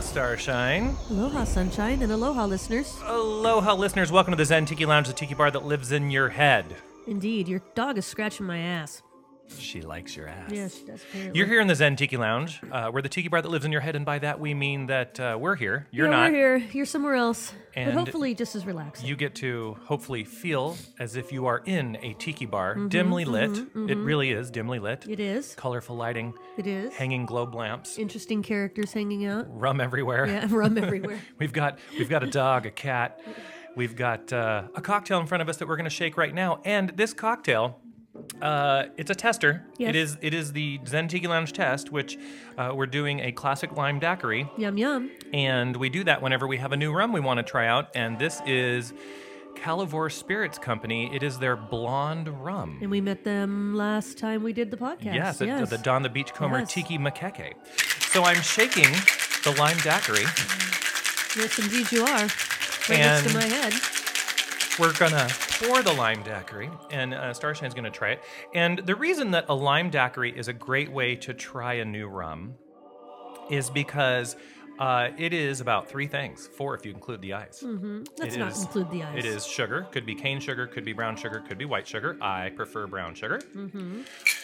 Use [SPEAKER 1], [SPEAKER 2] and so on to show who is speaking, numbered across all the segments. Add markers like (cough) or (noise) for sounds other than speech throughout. [SPEAKER 1] Starshine.
[SPEAKER 2] Aloha, sunshine, and aloha, listeners.
[SPEAKER 1] Aloha, listeners. Welcome to the Zen Tiki Lounge, the tiki bar that lives in your head.
[SPEAKER 2] Indeed, your dog is scratching my ass.
[SPEAKER 1] She likes your ass.
[SPEAKER 2] Yeah, she does. Apparently.
[SPEAKER 1] You're here in the Zen Tiki Lounge. Uh, we're the tiki bar that lives in your head, and by that we mean that uh, we're here. You're
[SPEAKER 2] yeah,
[SPEAKER 1] not.
[SPEAKER 2] We're here. You're somewhere else,
[SPEAKER 1] And
[SPEAKER 2] but hopefully just as relaxing.
[SPEAKER 1] You get to hopefully feel as if you are in a tiki bar, dimly lit. It really is dimly lit.
[SPEAKER 2] Mm-hmm, it is.
[SPEAKER 1] Colorful lighting,
[SPEAKER 2] It is.
[SPEAKER 1] hanging globe lamps,
[SPEAKER 2] Interesting characters hanging out.
[SPEAKER 1] rum everywhere.
[SPEAKER 2] Yeah, (laughs) rum everywhere.
[SPEAKER 1] We've got we've got a dog, a cat, we've got uh, a cocktail in front of us that we're going to shake right now, and this cocktail. Uh, it's a tester.
[SPEAKER 2] Yes.
[SPEAKER 1] It is. It is the Zen Tiki Lounge test, which uh, we're doing a classic lime daiquiri,
[SPEAKER 2] yum yum.
[SPEAKER 1] and we do that whenever we have a new rum we want to try out. And this is Calivore Spirits Company. It is their blonde rum.
[SPEAKER 2] And we met them last time we did the podcast.
[SPEAKER 1] Yes, at
[SPEAKER 2] yes.
[SPEAKER 1] the Don the Beachcomber
[SPEAKER 2] Yes.
[SPEAKER 1] Tiki Makeke. So I'm shaking the lime daiquiri.
[SPEAKER 2] yes, indeed you are. Right next
[SPEAKER 1] And-
[SPEAKER 2] to my head.
[SPEAKER 1] We're gonna pour the lime daiquiri, and uh, Starshine's gonna try it. And the reason that a lime daiquiri is a great way to try a new rum is because uh, it is about three things, four if you include the ice.
[SPEAKER 2] Mm-hmm. Let's
[SPEAKER 1] It
[SPEAKER 2] not
[SPEAKER 1] is-
[SPEAKER 2] include the eyes.
[SPEAKER 1] It is sugar, could be cane sugar, could be brown sugar, could be white sugar. I prefer brown sugar.
[SPEAKER 2] Mm-hmm.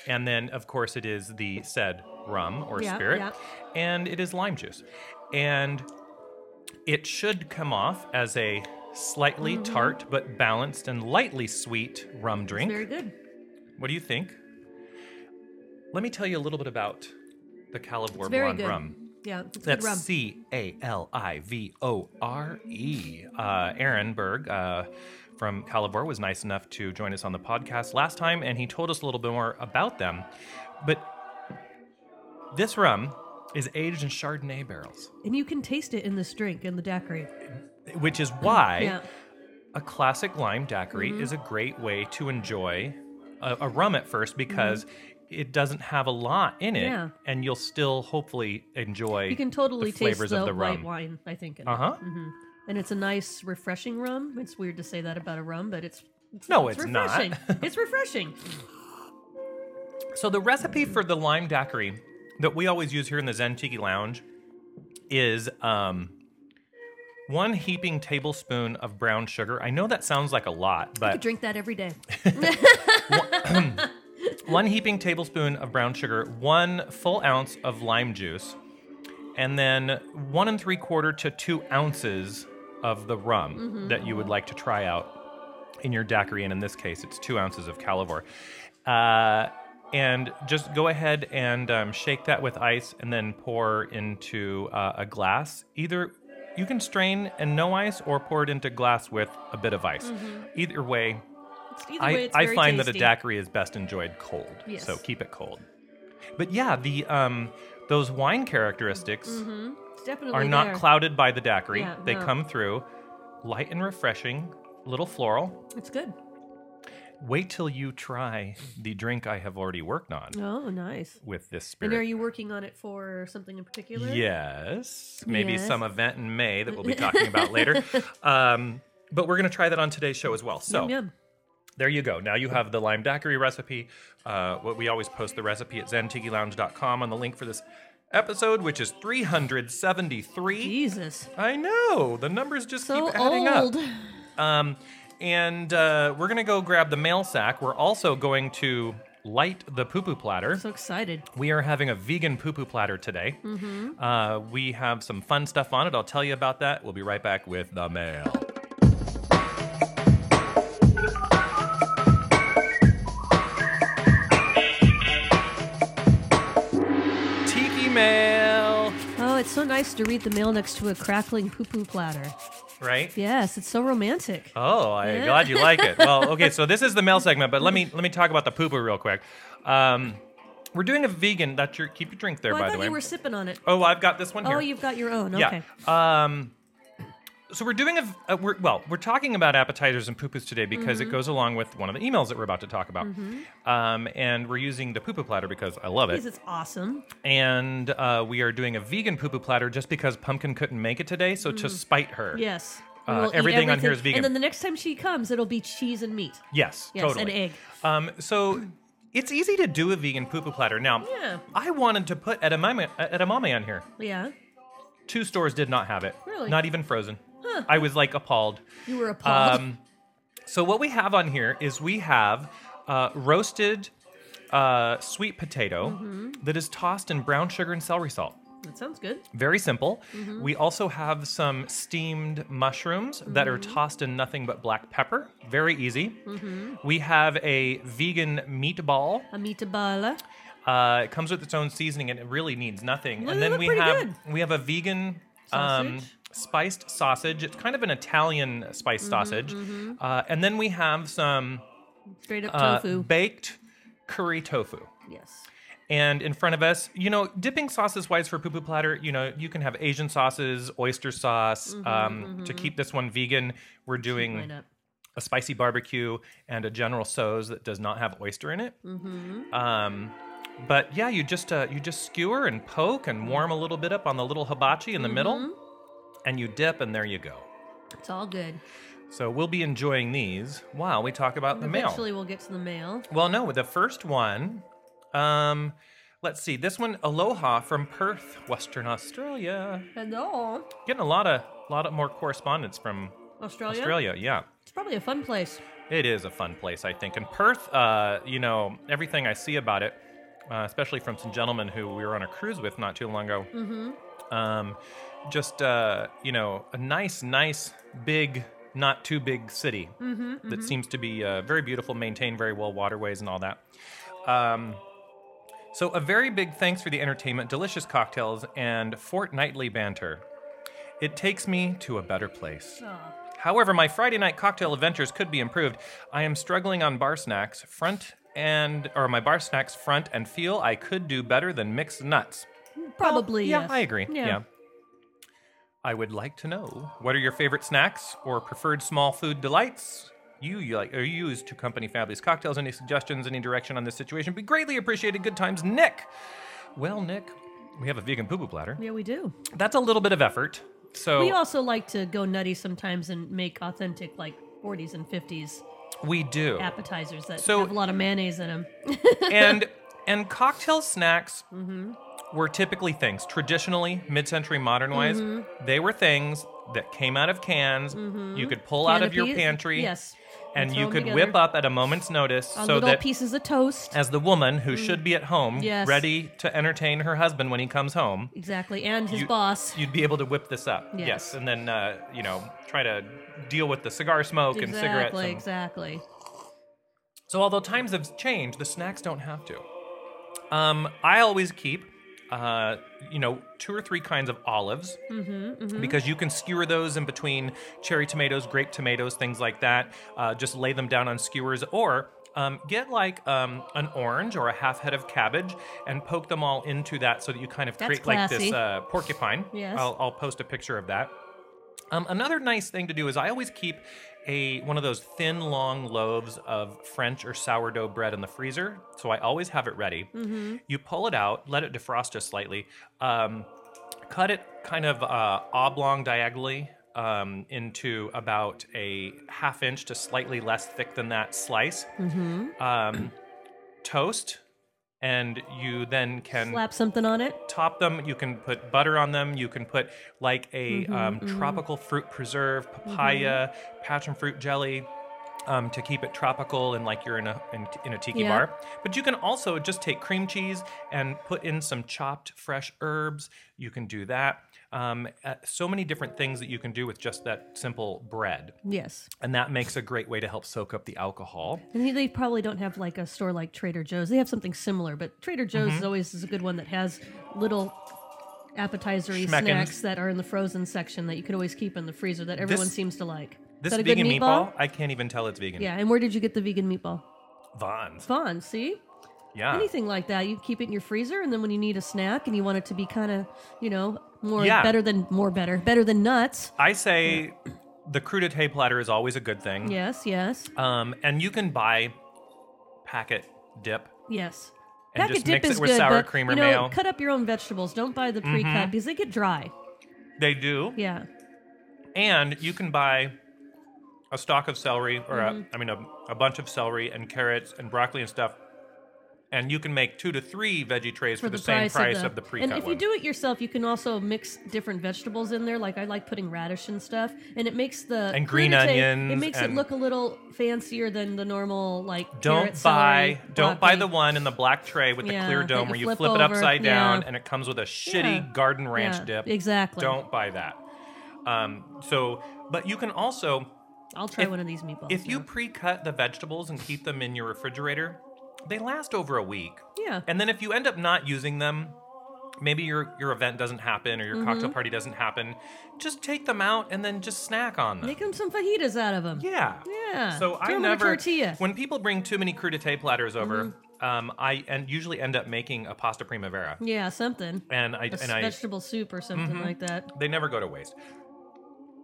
[SPEAKER 1] And then, of course, it is the said rum or
[SPEAKER 2] Yeah,
[SPEAKER 1] spirit,
[SPEAKER 2] yeah.
[SPEAKER 1] and it is lime juice. And it should come off as a slightly
[SPEAKER 2] Mm-hmm.
[SPEAKER 1] tart but balanced and lightly sweet rum drink.
[SPEAKER 2] Very good.
[SPEAKER 1] What do you think? Let me tell you a little bit about the Calivore
[SPEAKER 2] Very
[SPEAKER 1] Blonde
[SPEAKER 2] good.
[SPEAKER 1] rum.
[SPEAKER 2] Yeah, it's good rum.
[SPEAKER 1] That's C A L I V O R E. Uh, Aaron Berg uh, from Calivore was nice enough to join us on the podcast last time, and he told us a little bit more about them. But this rum is aged in Chardonnay barrels,
[SPEAKER 2] And you can taste it in this drink, in the daiquiri.
[SPEAKER 1] which is why
[SPEAKER 2] Yeah.
[SPEAKER 1] a classic lime daiquiri
[SPEAKER 2] Mm-hmm.
[SPEAKER 1] is a great way to enjoy a, a rum at first because. It doesn't have a lot in it,
[SPEAKER 2] Mm-hmm. Yeah.
[SPEAKER 1] and you'll still hopefully enjoy
[SPEAKER 2] You can totally
[SPEAKER 1] the flavors
[SPEAKER 2] taste
[SPEAKER 1] of
[SPEAKER 2] the,
[SPEAKER 1] the
[SPEAKER 2] white
[SPEAKER 1] rum.
[SPEAKER 2] wine, Mm-hmm. I think. in it.
[SPEAKER 1] Uh huh.
[SPEAKER 2] And it's a nice, refreshing rum. It's weird to say that about a rum, but it's. it's
[SPEAKER 1] No,
[SPEAKER 2] it's
[SPEAKER 1] it's not. (laughs)
[SPEAKER 2] refreshing. it's refreshing.
[SPEAKER 1] So the recipe for the lime daiquiri that we always use here in the Zen Tiki Lounge is um, one heaping tablespoon of brown sugar. I know that sounds like a lot,
[SPEAKER 2] I
[SPEAKER 1] but
[SPEAKER 2] drink that every day.
[SPEAKER 1] one heaping tablespoon of brown sugar, one full ounce of lime juice, and then one and three quarter to two ounces of the rum that you would like to try out in your daiquiri. And in this case, it's two ounces of Calivore. Uh, and just go ahead and um, shake that with ice and then pour into uh, a glass. Either you can strain and no ice or pour it into glass with a bit of ice. Either way,
[SPEAKER 2] It's, either way,
[SPEAKER 1] I,
[SPEAKER 2] it's
[SPEAKER 1] I
[SPEAKER 2] very
[SPEAKER 1] find that a
[SPEAKER 2] tasty.
[SPEAKER 1] daiquiri is best enjoyed cold.
[SPEAKER 2] Yes.
[SPEAKER 1] So keep it cold. But yeah, the um, those wine characteristics
[SPEAKER 2] It's definitely
[SPEAKER 1] are not
[SPEAKER 2] there.
[SPEAKER 1] clouded by the daiquiri.
[SPEAKER 2] Mm-hmm. Yeah,
[SPEAKER 1] they
[SPEAKER 2] no.
[SPEAKER 1] come through light and refreshing, little floral.
[SPEAKER 2] It's good.
[SPEAKER 1] Wait till you try the drink I have already worked on
[SPEAKER 2] Oh, nice.
[SPEAKER 1] with this
[SPEAKER 2] And are
[SPEAKER 1] spirit.
[SPEAKER 2] you working on it for something in particular?
[SPEAKER 1] Yes, maybe
[SPEAKER 2] Yes.
[SPEAKER 1] some event in May that we'll be talking about
[SPEAKER 2] (laughs)
[SPEAKER 1] later. Um, but we're going to try that on today's show as well. So,
[SPEAKER 2] Yum, yum.
[SPEAKER 1] There you go. Now you have the lime daiquiri recipe. Uh, what we always post the recipe at zentikilounge.com on the link for this episode, which is 373.
[SPEAKER 2] Jesus.
[SPEAKER 1] I know the numbers just
[SPEAKER 2] So
[SPEAKER 1] keep adding
[SPEAKER 2] old.
[SPEAKER 1] up. Um, and uh, we're gonna go grab the mail sack. We're also going to light the poo poo platter.
[SPEAKER 2] So excited.
[SPEAKER 1] We are having a vegan poo poo platter today.
[SPEAKER 2] Mm-hmm.
[SPEAKER 1] Uh, we have some fun stuff on it. I'll tell you about that. We'll be right back with the mail. Tiki mail,
[SPEAKER 2] Oh, it's so nice to read the mail next to a crackling poo poo platter.
[SPEAKER 1] right?
[SPEAKER 2] Yes, it's so romantic.
[SPEAKER 1] Oh, I'm glad you like it.
[SPEAKER 2] (laughs)
[SPEAKER 1] Well, okay, so this is the mail segment, but let me let me talk about the poo poo real quick. Um, we're doing a vegan. That's your keep your drink there,
[SPEAKER 2] oh, I
[SPEAKER 1] by
[SPEAKER 2] thought
[SPEAKER 1] the way.
[SPEAKER 2] you were sipping on it.
[SPEAKER 1] oh, I've got this one here.
[SPEAKER 2] Oh, you've got your own. Okay.
[SPEAKER 1] Yeah. Um, so we're doing a, a we're, well, we're talking about appetizers and poo-poos today because
[SPEAKER 2] Mm-hmm.
[SPEAKER 1] it goes along with one of the emails that we're about to talk about, um, and we're using the poo-poo platter because I love
[SPEAKER 2] Because
[SPEAKER 1] it,
[SPEAKER 2] it's awesome.
[SPEAKER 1] and uh, we are doing a vegan poo-poo platter just because Pumpkin couldn't make it today, so
[SPEAKER 2] Mm.
[SPEAKER 1] to spite her.
[SPEAKER 2] Yes.
[SPEAKER 1] Uh,
[SPEAKER 2] We will eat
[SPEAKER 1] everything on here is vegan.
[SPEAKER 2] And then the next time she comes, it'll be cheese and meat.
[SPEAKER 1] Yes,
[SPEAKER 2] Yes,
[SPEAKER 1] totally.
[SPEAKER 2] an egg.
[SPEAKER 1] Um, so it's easy to do a vegan poo-poo platter. Now,
[SPEAKER 2] Yeah.
[SPEAKER 1] I wanted to put edamame, edamame on here.
[SPEAKER 2] Yeah.
[SPEAKER 1] Two stores did not have it.
[SPEAKER 2] Really?
[SPEAKER 1] Not even frozen. I was like appalled.
[SPEAKER 2] You were appalled.
[SPEAKER 1] Um, so what we have on here is we have uh, roasted uh, sweet potato
[SPEAKER 2] Mm-hmm.
[SPEAKER 1] that is tossed in brown sugar and celery salt.
[SPEAKER 2] that sounds good.
[SPEAKER 1] Very simple.
[SPEAKER 2] Mm-hmm.
[SPEAKER 1] We also have some steamed mushrooms that
[SPEAKER 2] Mm-hmm.
[SPEAKER 1] are tossed in nothing but black pepper. Very easy.
[SPEAKER 2] Mm-hmm.
[SPEAKER 1] We have a vegan meatball.
[SPEAKER 2] Amitabala.
[SPEAKER 1] Uh, it comes with its own seasoning and it really needs nothing.
[SPEAKER 2] Well,
[SPEAKER 1] and
[SPEAKER 2] they
[SPEAKER 1] then
[SPEAKER 2] look
[SPEAKER 1] we
[SPEAKER 2] pretty
[SPEAKER 1] have
[SPEAKER 2] good.
[SPEAKER 1] we have a vegan um,
[SPEAKER 2] Sausage. Mm-hmm,
[SPEAKER 1] spiced sausage. It's kind of an Italian spiced sausage. Uh, and then we have some
[SPEAKER 2] Straight up
[SPEAKER 1] uh,
[SPEAKER 2] tofu.
[SPEAKER 1] baked curry tofu.
[SPEAKER 2] yes.
[SPEAKER 1] And in front of us, you know, dipping sauces wise for poo poo platter, you know, you can have Asian sauces, oyster sauce.
[SPEAKER 2] Mm-hmm,
[SPEAKER 1] um, To keep this one vegan, we're
[SPEAKER 2] Why
[SPEAKER 1] doing
[SPEAKER 2] not?
[SPEAKER 1] a spicy barbecue and a general so's that does not have oyster in it.
[SPEAKER 2] Mm-hmm.
[SPEAKER 1] Um, but yeah, you just uh, you just skewer and poke and warm a little bit up on the little hibachi in the middle,
[SPEAKER 2] Mm-hmm.
[SPEAKER 1] and you dip, and there you go.
[SPEAKER 2] It's all good.
[SPEAKER 1] So we'll be enjoying these while we talk about the mail.
[SPEAKER 2] Eventually, we'll get to the mail.
[SPEAKER 1] Well, no, the first one. Um, let's see. This one, Aloha from Perth, Western Australia.
[SPEAKER 2] Hello,
[SPEAKER 1] Getting a lot of lot of more correspondence from
[SPEAKER 2] Oh, Australia.
[SPEAKER 1] Australia. Yeah.
[SPEAKER 2] It's probably a fun place.
[SPEAKER 1] It is a fun place, I think. And Perth, uh, you know, everything I see about it, uh, especially from some gentlemen who we were on a cruise with not too long ago, um, just, uh, you know, a nice, nice, big, not too big city that seems to be uh, very beautiful, maintained very well, waterways and all that. Um, so, a very big thanks for the entertainment, delicious cocktails, and fortnightly banter. It takes me to a better place.
[SPEAKER 2] Aw.
[SPEAKER 1] However, my Friday night cocktail adventures could be improved. I am struggling on bar snacks front and or my bar snacks front and feel I could do better than mixed nuts.
[SPEAKER 2] Probably.
[SPEAKER 1] yeah,
[SPEAKER 2] yes.
[SPEAKER 1] I agree.
[SPEAKER 2] Yeah.
[SPEAKER 1] Yeah. I would like to know what are your favorite snacks or preferred small food delights? You you like or you use to company families cocktails. Any suggestions? Any direction on this situation? Be greatly appreciated. Good times, Nick. Well, Nick, we have a vegan poo poo platter.
[SPEAKER 2] Yeah, we do.
[SPEAKER 1] That's a little bit of effort. So
[SPEAKER 2] We also like to go nutty sometimes and make authentic, like 40s and 50s
[SPEAKER 1] we do.
[SPEAKER 2] appetizers that
[SPEAKER 1] So-
[SPEAKER 2] have a lot of mayonnaise in them.
[SPEAKER 1] and and cocktail snacks
[SPEAKER 2] Mm-hmm.
[SPEAKER 1] were typically things traditionally mid-century modern wise
[SPEAKER 2] Mm-hmm.
[SPEAKER 1] they were things that came out of cans you could pull out of your pantry
[SPEAKER 2] Yes.
[SPEAKER 1] and
[SPEAKER 2] throw
[SPEAKER 1] you
[SPEAKER 2] 'em
[SPEAKER 1] could
[SPEAKER 2] together.
[SPEAKER 1] whip up at a moment's notice
[SPEAKER 2] On
[SPEAKER 1] so
[SPEAKER 2] little
[SPEAKER 1] that
[SPEAKER 2] pieces of toast.
[SPEAKER 1] as the woman who should be at home
[SPEAKER 2] Yes.
[SPEAKER 1] ready to entertain her husband when he comes home
[SPEAKER 2] Exactly. And his
[SPEAKER 1] you-
[SPEAKER 2] boss.
[SPEAKER 1] you'd be able to whip this up
[SPEAKER 2] Yes.
[SPEAKER 1] and then uh, you know try to deal with the cigar smoke and cigarettes
[SPEAKER 2] Exactly,
[SPEAKER 1] and-
[SPEAKER 2] exactly.
[SPEAKER 1] So although times have changed, the snacks don't have to. Um, I always keep, uh, you know, two or three kinds of olives
[SPEAKER 2] Mm-hmm,
[SPEAKER 1] because you can skewer those in between cherry tomatoes, grape tomatoes, things like that. Uh, just lay them down on skewers or. Um, get like um, an orange or a half head of cabbage and poke them all into that so that you kind of
[SPEAKER 2] That's
[SPEAKER 1] create like this
[SPEAKER 2] classy.
[SPEAKER 1] uh, porcupine.
[SPEAKER 2] Yes.
[SPEAKER 1] I'll, I'll post a picture of that. Um, another nice thing to do is I always keep a one of those thin, long loaves of French or sourdough bread in the freezer, so I always have it ready. You pull it out, let it defrost just slightly, um, cut it kind of uh, oblong diagonally um, into about a half inch to slightly less thick than that slice. Um, toast, and you then can
[SPEAKER 2] Slap something on it.
[SPEAKER 1] top them. You can put butter on them. You can put like a
[SPEAKER 2] Mm-hmm,
[SPEAKER 1] um, tropical fruit preserve, papaya, passion fruit jelly. Um, to keep it tropical and like you're in a in, in a tiki
[SPEAKER 2] Yeah.
[SPEAKER 1] bar, but you can also just take cream cheese and put in some chopped fresh herbs. You can do that. Um, uh, so many different things that you can do with just that simple bread,
[SPEAKER 2] Yes.
[SPEAKER 1] and that makes a great way to help soak up the alcohol.
[SPEAKER 2] And they- they probably don't have like a store like Trader Joe's. They have something similar, but Trader Joe's
[SPEAKER 1] Mm-hmm.
[SPEAKER 2] is always is a good one that has little appetizery
[SPEAKER 1] Schmeckins.
[SPEAKER 2] snacks that are in the frozen section that you could always keep in the freezer that everyone seems to like.
[SPEAKER 1] This
[SPEAKER 2] is that a
[SPEAKER 1] vegan
[SPEAKER 2] good
[SPEAKER 1] meatball?
[SPEAKER 2] meatball?
[SPEAKER 1] I can't even tell it's vegan.
[SPEAKER 2] Yeah, and where did you get the vegan meatball?
[SPEAKER 1] Vons.
[SPEAKER 2] Fun, see?
[SPEAKER 1] Yeah.
[SPEAKER 2] Anything like that. You keep it in your freezer and then when you need a snack and you want it to be kind of, you know, more
[SPEAKER 1] Yeah.
[SPEAKER 2] better than more better, better than nuts.
[SPEAKER 1] I say the crudité platter is always a good thing.
[SPEAKER 2] Yes, yes.
[SPEAKER 1] Um, and you can buy packet dip.
[SPEAKER 2] Yes.
[SPEAKER 1] And
[SPEAKER 2] Packet
[SPEAKER 1] just
[SPEAKER 2] dip
[SPEAKER 1] mix it
[SPEAKER 2] is
[SPEAKER 1] with
[SPEAKER 2] good,
[SPEAKER 1] sour
[SPEAKER 2] but,
[SPEAKER 1] cream or
[SPEAKER 2] you know,
[SPEAKER 1] mayo. Mm-hmm.
[SPEAKER 2] Cut up your own vegetables. Don't buy the pre-cut because they get dry.
[SPEAKER 1] They do.
[SPEAKER 2] Yeah.
[SPEAKER 1] And you can buy a stalk of celery or a, I mean a, a bunch of celery and carrots and broccoli and stuff and you can make two to three veggie trays for, the, same price, of the, pre-cut
[SPEAKER 2] And if
[SPEAKER 1] one.
[SPEAKER 2] you do it yourself, you can also mix different vegetables in there. Like I like putting radish and stuff, and it makes the
[SPEAKER 1] And green
[SPEAKER 2] crudité- It
[SPEAKER 1] onions
[SPEAKER 2] makes it
[SPEAKER 1] and-
[SPEAKER 2] look a little fancier than the normal like.
[SPEAKER 1] don't
[SPEAKER 2] carrot,
[SPEAKER 1] buy
[SPEAKER 2] celery,
[SPEAKER 1] don't buy
[SPEAKER 2] broccoli.
[SPEAKER 1] the one in the black tray with the
[SPEAKER 2] Yeah,
[SPEAKER 1] clear
[SPEAKER 2] that
[SPEAKER 1] dome
[SPEAKER 2] you
[SPEAKER 1] where you
[SPEAKER 2] flip
[SPEAKER 1] flip it
[SPEAKER 2] over.
[SPEAKER 1] upside
[SPEAKER 2] Yeah.
[SPEAKER 1] down and it comes with a shitty
[SPEAKER 2] Yeah.
[SPEAKER 1] garden ranch
[SPEAKER 2] Yeah,
[SPEAKER 1] dip.
[SPEAKER 2] exactly.
[SPEAKER 1] Don't buy that. Um, so, but you can also
[SPEAKER 2] I'll try
[SPEAKER 1] if-
[SPEAKER 2] one of these meatballs.
[SPEAKER 1] if you
[SPEAKER 2] now.
[SPEAKER 1] pre-cut the vegetables and keep them in your refrigerator, they last over a week.
[SPEAKER 2] yeah,
[SPEAKER 1] And then if you end up not using them, maybe your your event doesn't happen or your
[SPEAKER 2] Mm-hmm.
[SPEAKER 1] cocktail party doesn't happen, just take them out and then just snack on them.
[SPEAKER 2] make them some fajitas out of them.
[SPEAKER 1] yeah.
[SPEAKER 2] Yeah.
[SPEAKER 1] So
[SPEAKER 2] Throw
[SPEAKER 1] I
[SPEAKER 2] 'em in a
[SPEAKER 1] never
[SPEAKER 2] tortilla. Mm-hmm.
[SPEAKER 1] when people bring too many crudité platters over, um, I and usually end up making a pasta primavera.
[SPEAKER 2] Yeah, something.
[SPEAKER 1] And I
[SPEAKER 2] A s-
[SPEAKER 1] and I Mm-hmm.
[SPEAKER 2] vegetable soup or something like that.
[SPEAKER 1] they never go to waste.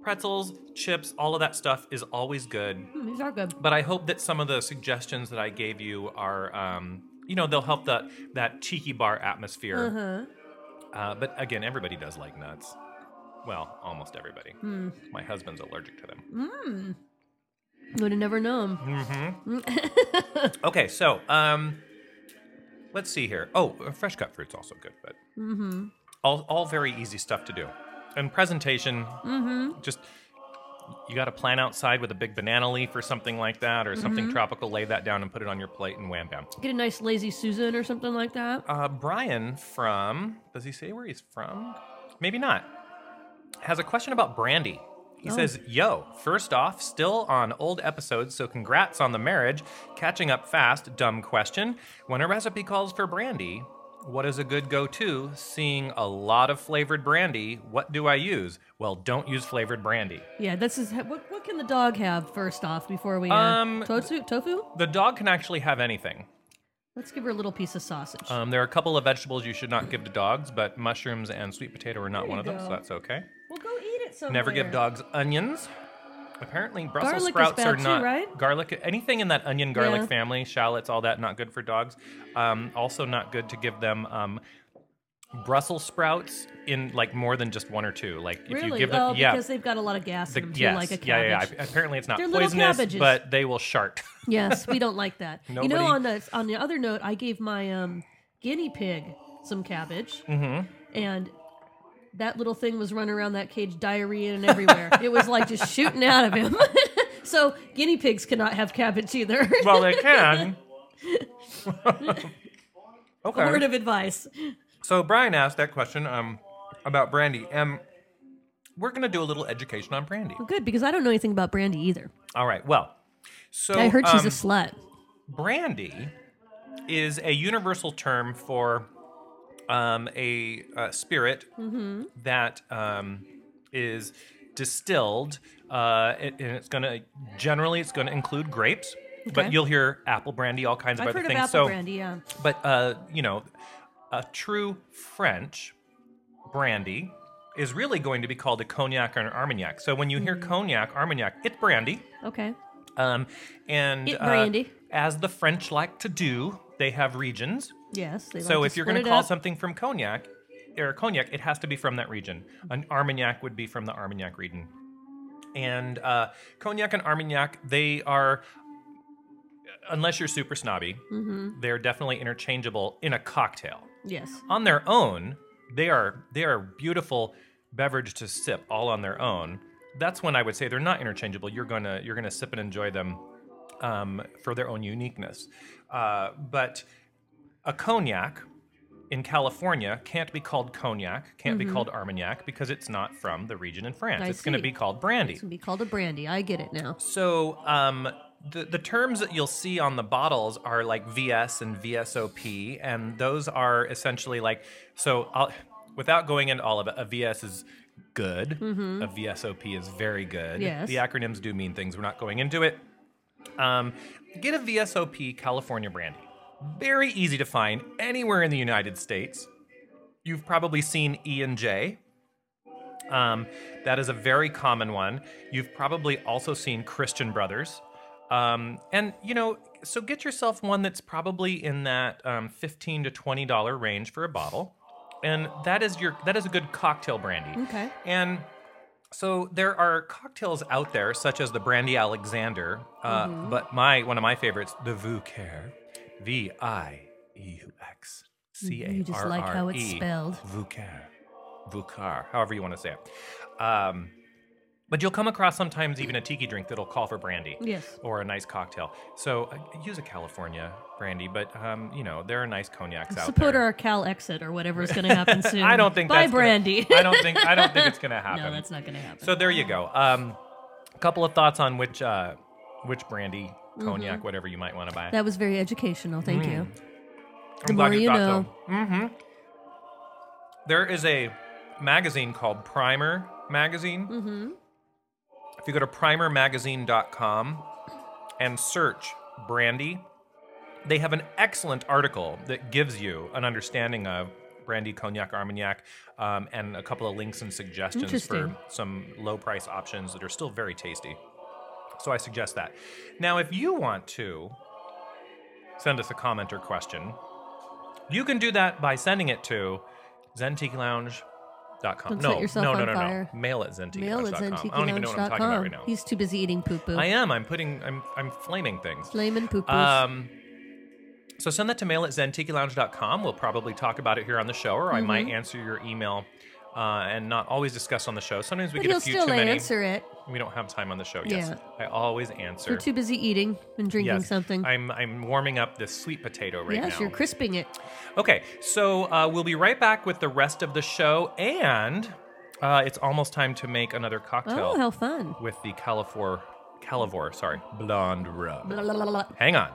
[SPEAKER 1] Pretzels, chips, all of that stuff is always good.
[SPEAKER 2] Mm, these are good.
[SPEAKER 1] But I hope that some of the suggestions that I gave you are, um, you know, they'll help that that tiki bar atmosphere.
[SPEAKER 2] Uh-huh.
[SPEAKER 1] Uh, but again, everybody does like nuts. Well, almost everybody.
[SPEAKER 2] Hmm.
[SPEAKER 1] My husband's allergic to them.
[SPEAKER 2] Would have never known.
[SPEAKER 1] Okay, so um, let's see here. Oh, uh, fresh cut fruit's also good, but all all very easy stuff to do. And presentation, just you got to plan outside with a big banana leaf or something like that, or something tropical. Lay that down and put it on your plate, and wham bam.
[SPEAKER 2] Get a nice lazy Susan or something like that.
[SPEAKER 1] Uh, Brian from does he say where he's from? Maybe not. Has a question about brandy. He
[SPEAKER 2] Oh.
[SPEAKER 1] says, "Yo, first off, still on old episodes, so congrats on the marriage. Catching up fast. Dumb question. When a recipe calls for brandy, what is a good go-to? Seeing a lot of flavored brandy, what do I use? Well, don't use flavored brandy.
[SPEAKER 2] Yeah, this is what. What can the dog have first off before we uh,
[SPEAKER 1] Um,
[SPEAKER 2] tofu? Tofu?
[SPEAKER 1] The dog can actually have anything.
[SPEAKER 2] Let's give her a little piece of sausage.
[SPEAKER 1] Um, there are a couple of vegetables you should not give to dogs, but mushrooms and sweet potato are not
[SPEAKER 2] There
[SPEAKER 1] one
[SPEAKER 2] you
[SPEAKER 1] of them, so
[SPEAKER 2] go.
[SPEAKER 1] that's okay."
[SPEAKER 2] we'll go eat it somewhere.
[SPEAKER 1] Never give dogs onions. Apparently, Brussels
[SPEAKER 2] Garlic is
[SPEAKER 1] sprouts
[SPEAKER 2] bad
[SPEAKER 1] are
[SPEAKER 2] too,
[SPEAKER 1] not
[SPEAKER 2] right?
[SPEAKER 1] garlic. Anything in that onion garlic
[SPEAKER 2] Yeah.
[SPEAKER 1] family, shallots, all that, not good for dogs. Um, also, not good to give them um, Brussels sprouts in like more than just one or two. Like if
[SPEAKER 2] Really?
[SPEAKER 1] you give them,
[SPEAKER 2] oh,
[SPEAKER 1] yeah,
[SPEAKER 2] because they've got a lot of gas
[SPEAKER 1] the-
[SPEAKER 2] in them too,
[SPEAKER 1] yes,
[SPEAKER 2] like a cabbage.
[SPEAKER 1] yeah, yeah, (laughs) yeah. Apparently, it's not
[SPEAKER 2] They're little
[SPEAKER 1] poisonous,
[SPEAKER 2] cabbages.
[SPEAKER 1] but they will shart. (laughs)
[SPEAKER 2] yes, we don't like that. You
[SPEAKER 1] Nobody-
[SPEAKER 2] know, on the on the other note, I gave my um, guinea pig some cabbage,
[SPEAKER 1] Mm-hmm.
[SPEAKER 2] and that little thing was running around that cage, diarrhea and everywhere. it was like just shooting out of him. (laughs) so guinea pigs cannot have cabbage either.
[SPEAKER 1] well, they
[SPEAKER 2] (laughs)
[SPEAKER 1] can. okay.
[SPEAKER 2] A Word of advice.
[SPEAKER 1] So Brian asked that question um, about brandy, and we're going to do a little education on brandy.
[SPEAKER 2] Good, because I don't know anything about brandy either.
[SPEAKER 1] All right. Well, so
[SPEAKER 2] I heard she's
[SPEAKER 1] um,
[SPEAKER 2] a slut.
[SPEAKER 1] brandy is a universal term for um, a uh, spirit
[SPEAKER 2] Mm-hmm.
[SPEAKER 1] that um, is distilled, uh, it- and it's going to generally it's going to include grapes,
[SPEAKER 2] Okay.
[SPEAKER 1] but you'll hear apple brandy, all kinds of
[SPEAKER 2] I've
[SPEAKER 1] other
[SPEAKER 2] heard of
[SPEAKER 1] things.
[SPEAKER 2] apple
[SPEAKER 1] so,
[SPEAKER 2] brandy. Yeah,
[SPEAKER 1] but uh, you know, a true French brandy is really going to be called a cognac or an armagnac. So when you
[SPEAKER 2] Mm.
[SPEAKER 1] hear cognac, armagnac, it's brandy.
[SPEAKER 2] okay.
[SPEAKER 1] Um, and
[SPEAKER 2] It
[SPEAKER 1] uh,
[SPEAKER 2] brandy.
[SPEAKER 1] as the French like to do, they have regions.
[SPEAKER 2] Yes. They
[SPEAKER 1] So
[SPEAKER 2] like
[SPEAKER 1] if
[SPEAKER 2] to
[SPEAKER 1] you're
[SPEAKER 2] going to
[SPEAKER 1] call something from cognac or cognac, it has to be from that region. An Armagnac would be from the Armagnac region. And uh, cognac and Armagnac, they are, unless you're super snobby,
[SPEAKER 2] Mm-hmm.
[SPEAKER 1] they're definitely interchangeable in a cocktail.
[SPEAKER 2] yes,
[SPEAKER 1] On their own, they are they are beautiful beverage to sip all on their own. That's when I would say they're not interchangeable. You're gonna you're gonna sip and enjoy them um, for their own uniqueness. Uh, but a cognac in California can't be called cognac, can't be called Armagnac because it's not from the region in France.
[SPEAKER 2] Mm-hmm. I
[SPEAKER 1] it's going to
[SPEAKER 2] see.
[SPEAKER 1] be called brandy.
[SPEAKER 2] it can be called a brandy. I get it now.
[SPEAKER 1] So um, the the terms that you'll see on the bottles are like VS and VSOP, and those are essentially like so. I'll, without going into all of it, a VS is good. A VSOP is very good.
[SPEAKER 2] Yes.
[SPEAKER 1] The acronyms do mean things. We're not going into it. Um, get a VSOP California brandy. Very easy to find anywhere in the United States. You've probably seen E and J. Um, that is a very common one. You've probably also seen Christian Brothers. Um, and, you know, so get yourself one that's probably in that um, 15 to $20 range for a bottle. And that is your that is a good cocktail brandy.
[SPEAKER 2] Okay.
[SPEAKER 1] And so there are cocktails out there such as the Brandy
[SPEAKER 2] Mm-hmm.
[SPEAKER 1] Alexander, uh, but my one of my favorites, the Vuquer, V I E U X C A R R E.
[SPEAKER 2] You just like how it's spelled.
[SPEAKER 1] Vucar. Vucar, however you want to say it. Um, but you'll come across sometimes even a tiki drink that'll call for brandy
[SPEAKER 2] Yes.
[SPEAKER 1] or a nice cocktail. So uh, use a California brandy, but um, you know there are nice cognacs out
[SPEAKER 2] Support
[SPEAKER 1] there. (laughs)
[SPEAKER 2] our Cal exit or whatever is going to happen soon.
[SPEAKER 1] I don't think
[SPEAKER 2] Bye,
[SPEAKER 1] that's gonna- (laughs)
[SPEAKER 2] Brandy.
[SPEAKER 1] I don't think I don't think
[SPEAKER 2] (laughs)
[SPEAKER 1] it's gonna happen.
[SPEAKER 2] no, that's not going to happen.
[SPEAKER 1] So there you go. Um, a couple of thoughts on which uh, which brandy, cognac, whatever you might want to buy.
[SPEAKER 2] that was very educational.
[SPEAKER 1] Mm.
[SPEAKER 2] Thank you.
[SPEAKER 1] I'm
[SPEAKER 2] the
[SPEAKER 1] glad
[SPEAKER 2] more
[SPEAKER 1] you
[SPEAKER 2] you
[SPEAKER 1] thought so. Mm-hmm. There is a magazine called Primer Magazine. Mm-hmm. If you go to primermagazine.com and search brandy, they have an excellent article that gives you an understanding of brandy, cognac, armagnac, um, and a couple of links and suggestions for
[SPEAKER 2] Interesting.
[SPEAKER 1] some low price options that are still very tasty. So I suggest that. Now, if you want to send us a comment or question, you can do that by sending it to zentikilounge.com.
[SPEAKER 2] Don't
[SPEAKER 1] No,
[SPEAKER 2] set yourself
[SPEAKER 1] no,
[SPEAKER 2] on
[SPEAKER 1] no, no,
[SPEAKER 2] fire.
[SPEAKER 1] no. Mail at zentikilounge.com.
[SPEAKER 2] Mail at
[SPEAKER 1] I don't even know what I'm talking about right now.
[SPEAKER 2] He's too busy eating poo poo.
[SPEAKER 1] I am. I'm putting. I'm. I'm flaming things.
[SPEAKER 2] Flame and poo poos.
[SPEAKER 1] Um, so send that to mail at zentikilounge.com. We'll probably talk about it here on the show, or I might
[SPEAKER 2] Mm-hmm.
[SPEAKER 1] answer your email uh, and not always discuss on the show. Sometimes we
[SPEAKER 2] but
[SPEAKER 1] get
[SPEAKER 2] he'll
[SPEAKER 1] a few
[SPEAKER 2] still
[SPEAKER 1] too many.
[SPEAKER 2] answer it.
[SPEAKER 1] We don't have time on the show. Yes, I always answer.
[SPEAKER 2] You're too busy eating and drinking
[SPEAKER 1] Yes.
[SPEAKER 2] something.
[SPEAKER 1] I'm I'm warming up this sweet potato right
[SPEAKER 2] yes,
[SPEAKER 1] now.
[SPEAKER 2] you're crisping it.
[SPEAKER 1] Okay, so uh, we'll be right back with the rest of the show, and uh, it's almost time to make another cocktail
[SPEAKER 2] Oh, how fun.
[SPEAKER 1] with the Calivore, Calivore, sorry, blonde rub.
[SPEAKER 2] Blah, blah, blah, blah.
[SPEAKER 1] Hang on.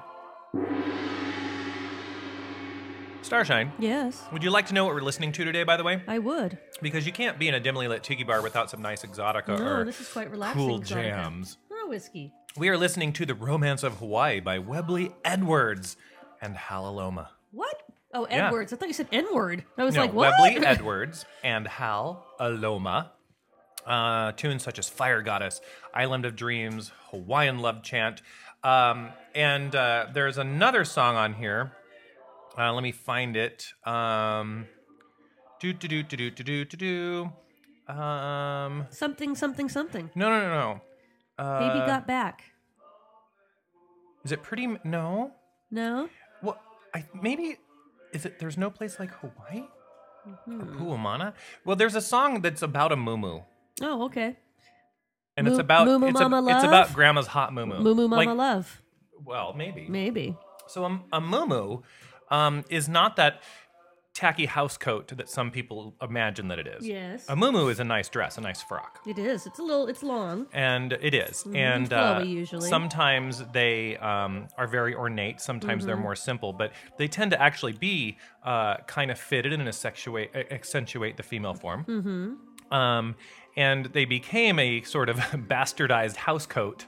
[SPEAKER 1] Starshine,
[SPEAKER 2] Yes,
[SPEAKER 1] would you like to know what we're listening to today, by the way?
[SPEAKER 2] I would.
[SPEAKER 1] Because you can't be in a dimly lit tiki bar without some nice exotica
[SPEAKER 2] No,
[SPEAKER 1] or
[SPEAKER 2] this is quite relaxing.
[SPEAKER 1] cool
[SPEAKER 2] Exotica.
[SPEAKER 1] jams.
[SPEAKER 2] Or a whiskey.
[SPEAKER 1] We are listening to The Romance of Hawaii by Webley Edwards and Halaloma.
[SPEAKER 2] What? Oh,
[SPEAKER 1] Yeah.
[SPEAKER 2] Edwards. I thought you said N word. I was
[SPEAKER 1] no,
[SPEAKER 2] like, what? (laughs)
[SPEAKER 1] Webley Edwards and Hal Aloma. Uh, tunes such as Fire Goddess, Island of Dreams, Hawaiian Love Chant. Um, and uh, there's another song on here. Uh, let me find it. Um, do, do, do, do, do, do, do, do, do. Um,
[SPEAKER 2] something, something, something.
[SPEAKER 1] no, no, no, no. Uh,
[SPEAKER 2] Baby got back.
[SPEAKER 1] Is it pretty? M- No.
[SPEAKER 2] No?
[SPEAKER 1] Well, I maybe is it there's no place like Hawaii?
[SPEAKER 2] Mm-hmm.
[SPEAKER 1] Or Kuumana? Well, there's a song that's about a muumuu.
[SPEAKER 2] Oh, okay.
[SPEAKER 1] And it's
[SPEAKER 2] Moo-
[SPEAKER 1] about
[SPEAKER 2] moo moo
[SPEAKER 1] it's, a-
[SPEAKER 2] mama
[SPEAKER 1] it's
[SPEAKER 2] love?
[SPEAKER 1] about grandma's hot moo moo.
[SPEAKER 2] Moo Moo Mama
[SPEAKER 1] uh, Like,
[SPEAKER 2] Love.
[SPEAKER 1] Well, maybe.
[SPEAKER 2] Maybe.
[SPEAKER 1] So a, a moo moo um, is not that tacky house coat that some people imagine that it is.
[SPEAKER 2] Yes.
[SPEAKER 1] A moo moo is a nice dress, a nice frock.
[SPEAKER 2] It is. It's a little, it's long.
[SPEAKER 1] And it is. And uh,
[SPEAKER 2] flowy Mm-hmm. usually.
[SPEAKER 1] sometimes they um, are very ornate, sometimes
[SPEAKER 2] Mm-hmm.
[SPEAKER 1] they're more simple, but they tend to actually be uh, kind of fitted and accentuate, accentuate the female form.
[SPEAKER 2] Mm-hmm.
[SPEAKER 1] Um, and they became a sort of (laughs) bastardized house coat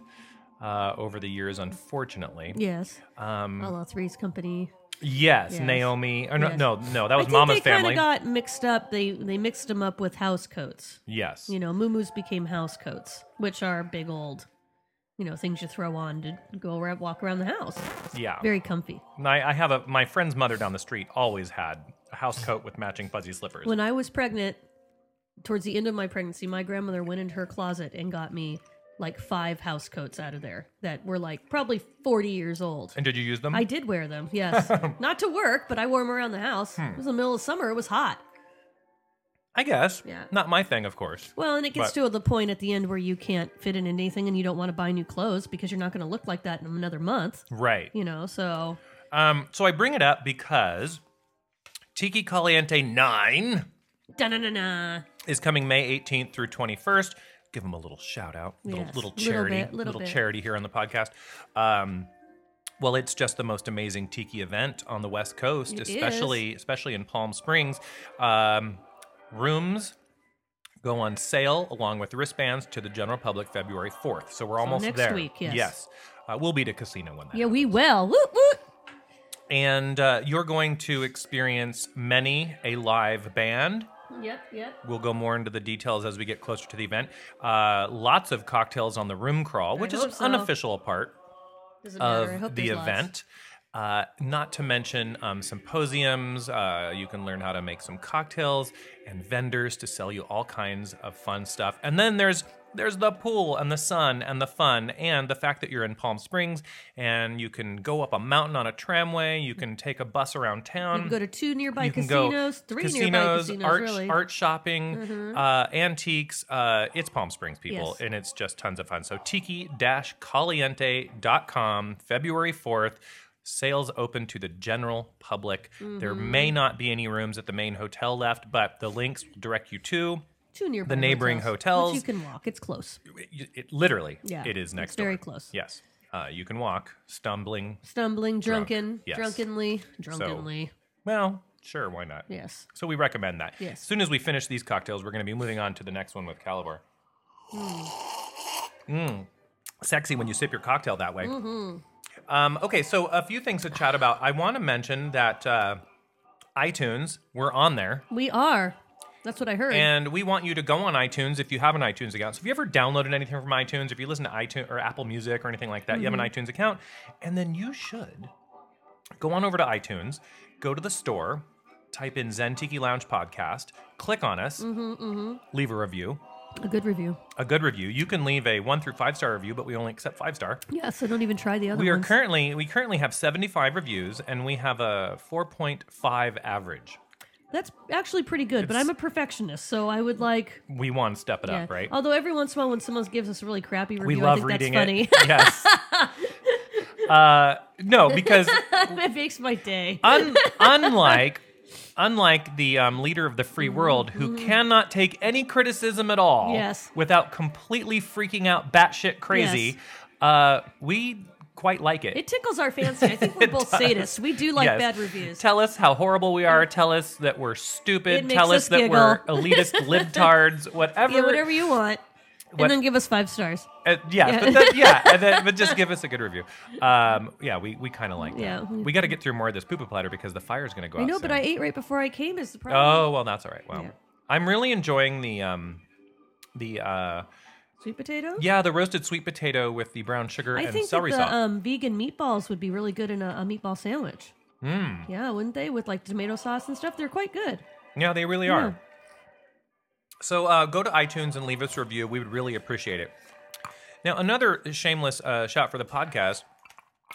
[SPEAKER 1] uh, over the years, unfortunately.
[SPEAKER 2] Yes. Um, a la Three's Company.
[SPEAKER 1] Yes,
[SPEAKER 2] Yes.
[SPEAKER 1] Naomi. Or no,
[SPEAKER 2] Yes.
[SPEAKER 1] no, no, that
[SPEAKER 2] I
[SPEAKER 1] was
[SPEAKER 2] think
[SPEAKER 1] Mama's
[SPEAKER 2] they
[SPEAKER 1] family.
[SPEAKER 2] of got mixed up. They they mixed them up with house coats.
[SPEAKER 1] yes.
[SPEAKER 2] You know, muumuus became house coats, which are big old, you know, things you throw on to go around, walk around the house.
[SPEAKER 1] yeah.
[SPEAKER 2] Very comfy.
[SPEAKER 1] I, I have a my friend's mother down the street always had a house coat with matching fuzzy slippers.
[SPEAKER 2] When I was pregnant, towards the end of my pregnancy, my grandmother went into her closet and got me like five house coats out of there that were like probably 40 years old.
[SPEAKER 1] and Hmm. did you use them?
[SPEAKER 2] I did wear them,
[SPEAKER 1] (laughs)
[SPEAKER 2] yes. Not to work, but I wore them around the house.
[SPEAKER 1] Hmm.
[SPEAKER 2] It was the middle of summer, it was hot.
[SPEAKER 1] I guess.
[SPEAKER 2] Yeah.
[SPEAKER 1] Not my thing, of course.
[SPEAKER 2] Well, and it gets
[SPEAKER 1] But-
[SPEAKER 2] to the point at the end where you can't fit in anything and you don't want to buy new clothes because you're not going to look like that in another month,
[SPEAKER 1] Right.
[SPEAKER 2] you know? So,
[SPEAKER 1] Um, so I bring it up because Tiki Caliente 9
[SPEAKER 2] da na na na.
[SPEAKER 1] is coming May 18th through 21st. Give them a little shout out, little,
[SPEAKER 2] Yes,
[SPEAKER 1] little
[SPEAKER 2] little
[SPEAKER 1] charity,
[SPEAKER 2] bit, little bit.
[SPEAKER 1] charity here on the podcast. Um, well, it's just the most amazing tiki event on the West Coast,
[SPEAKER 2] It
[SPEAKER 1] especially especially in Palm Springs. Um, rooms go on sale along with wristbands to the general public February 4th. So we're almost
[SPEAKER 2] next
[SPEAKER 1] there.
[SPEAKER 2] week, yes.
[SPEAKER 1] Uh, we'll be at a casino when that
[SPEAKER 2] Yeah, we will. Woot, woot.
[SPEAKER 1] and uh, you're going to experience many a live band.
[SPEAKER 2] Yep, yep.
[SPEAKER 1] We'll go more into the details as we get closer to the event. Uh, lots of cocktails on the room crawl, which is
[SPEAKER 2] hope
[SPEAKER 1] an
[SPEAKER 2] so.
[SPEAKER 1] unofficial part
[SPEAKER 2] Doesn't
[SPEAKER 1] of
[SPEAKER 2] matter. I hope
[SPEAKER 1] the
[SPEAKER 2] there's lots.
[SPEAKER 1] event. Uh, not to mention um, symposiums. Uh, you can learn how to make some cocktails and vendors to sell you all kinds of fun stuff. And then there's There's the pool and the sun and the fun and the fact that you're in Palm Springs and you can go up a mountain on a tramway, you can take a bus around town.
[SPEAKER 2] You can go to two nearby
[SPEAKER 1] you can
[SPEAKER 2] casinos,
[SPEAKER 1] go
[SPEAKER 2] three nearby
[SPEAKER 1] casinos,
[SPEAKER 2] casinos,
[SPEAKER 1] art,
[SPEAKER 2] really. Mm-hmm.
[SPEAKER 1] art shopping, uh, antiques. Uh, it's Palm Springs, people,
[SPEAKER 2] Yes.
[SPEAKER 1] and it's just tons of fun. So tiki-caliente.com, February 4th. Sales open to the general public. There
[SPEAKER 2] Mm-hmm.
[SPEAKER 1] may not be any rooms at the main hotel left, but the links will direct you to
[SPEAKER 2] two nearby
[SPEAKER 1] the neighboring
[SPEAKER 2] which
[SPEAKER 1] hotels.
[SPEAKER 2] you can walk. It's close.
[SPEAKER 1] it, it- literally
[SPEAKER 2] Yeah,
[SPEAKER 1] it is
[SPEAKER 2] it's
[SPEAKER 1] next
[SPEAKER 2] very
[SPEAKER 1] door.
[SPEAKER 2] close.
[SPEAKER 1] Yes. Uh, you can walk, stumbling.
[SPEAKER 2] Stumbling, drunken,
[SPEAKER 1] yes.
[SPEAKER 2] drunkenly, drunkenly.
[SPEAKER 1] Well, sure, why not?
[SPEAKER 2] Yes.
[SPEAKER 1] So we recommend that.
[SPEAKER 2] Yes.
[SPEAKER 1] As soon as we finish these cocktails, we're going to be moving on to the next one with Caliber. Mm. Sexy when you sip your cocktail that way. Um, okay, so a few things to chat about. I want to mention that uh, iTunes, we're on there.
[SPEAKER 2] We are. That's what I heard.
[SPEAKER 1] And we want you to go on iTunes if you have an iTunes account. So if you ever downloaded anything from iTunes, if you listen to iTunes or Apple Music or anything like that, you have an iTunes account, and then you should go on over to iTunes, go to the store, type in Zen Tiki Lounge podcast, click on us, leave a review,
[SPEAKER 2] a good review.
[SPEAKER 1] a good review. You can leave a one through five star review, but we only accept five star.
[SPEAKER 2] Yeah, so don't even try the other
[SPEAKER 1] We are
[SPEAKER 2] ones.
[SPEAKER 1] currently we currently have 75 reviews and we have a 4.5 average.
[SPEAKER 2] That's actually pretty good, but I'm a perfectionist, so I would like.
[SPEAKER 1] We want to step it
[SPEAKER 2] Yeah. Oh,
[SPEAKER 1] up, right?
[SPEAKER 2] Although every once in a while, when someone gives us a really crappy review,
[SPEAKER 1] we
[SPEAKER 2] I
[SPEAKER 1] love
[SPEAKER 2] think
[SPEAKER 1] reading
[SPEAKER 2] that's funny. (laughs)
[SPEAKER 1] it. (laughs) Yes. uh, no, because
[SPEAKER 2] it makes my day.
[SPEAKER 1] un- unlike unlike the um, leader of the free world who cannot take any criticism at all
[SPEAKER 2] Mm-hmm. Yes.
[SPEAKER 1] without completely freaking out batshit crazy, uh, we quite like it.
[SPEAKER 2] it tickles our fancy. I (laughs) think we're both sadists. We do like
[SPEAKER 1] Yes.
[SPEAKER 2] bad reviews. Mm.
[SPEAKER 1] Tell us how horrible we are. Tell us that we're stupid.
[SPEAKER 2] It makes
[SPEAKER 1] Tell
[SPEAKER 2] us
[SPEAKER 1] us that
[SPEAKER 2] giggle.
[SPEAKER 1] we're elitist libtards. Whatever.
[SPEAKER 2] (laughs) yeah, whatever you want,
[SPEAKER 1] What-
[SPEAKER 2] and then give us five stars.
[SPEAKER 1] Uh, yeah,
[SPEAKER 2] Yeah.
[SPEAKER 1] But that, yeah, and then, but just give us a good review. Um, yeah, we, we kind of like that.
[SPEAKER 2] Yeah.
[SPEAKER 1] We got to get through more of this poopoo platter because the fire's going to go out.
[SPEAKER 2] I know, but
[SPEAKER 1] soon.
[SPEAKER 2] I ate right before I came. Is the problem?
[SPEAKER 1] Oh well, that's all right. Well,
[SPEAKER 2] Yeah.
[SPEAKER 1] I'm really enjoying the um, the uh,
[SPEAKER 2] sweet potatoes.
[SPEAKER 1] yeah, the roasted sweet potato with the brown sugar
[SPEAKER 2] I
[SPEAKER 1] and
[SPEAKER 2] think that
[SPEAKER 1] celery
[SPEAKER 2] the
[SPEAKER 1] sauce.
[SPEAKER 2] um, vegan meatballs would be really good in a, a meatball sandwich.
[SPEAKER 1] Hmm.
[SPEAKER 2] Mm. Yeah, wouldn't they? With like tomato sauce and stuff, they're quite good.
[SPEAKER 1] yeah, they really are. So uh, go to iTunes and leave us a review. We would really appreciate it. Now, another shameless uh, shout for the podcast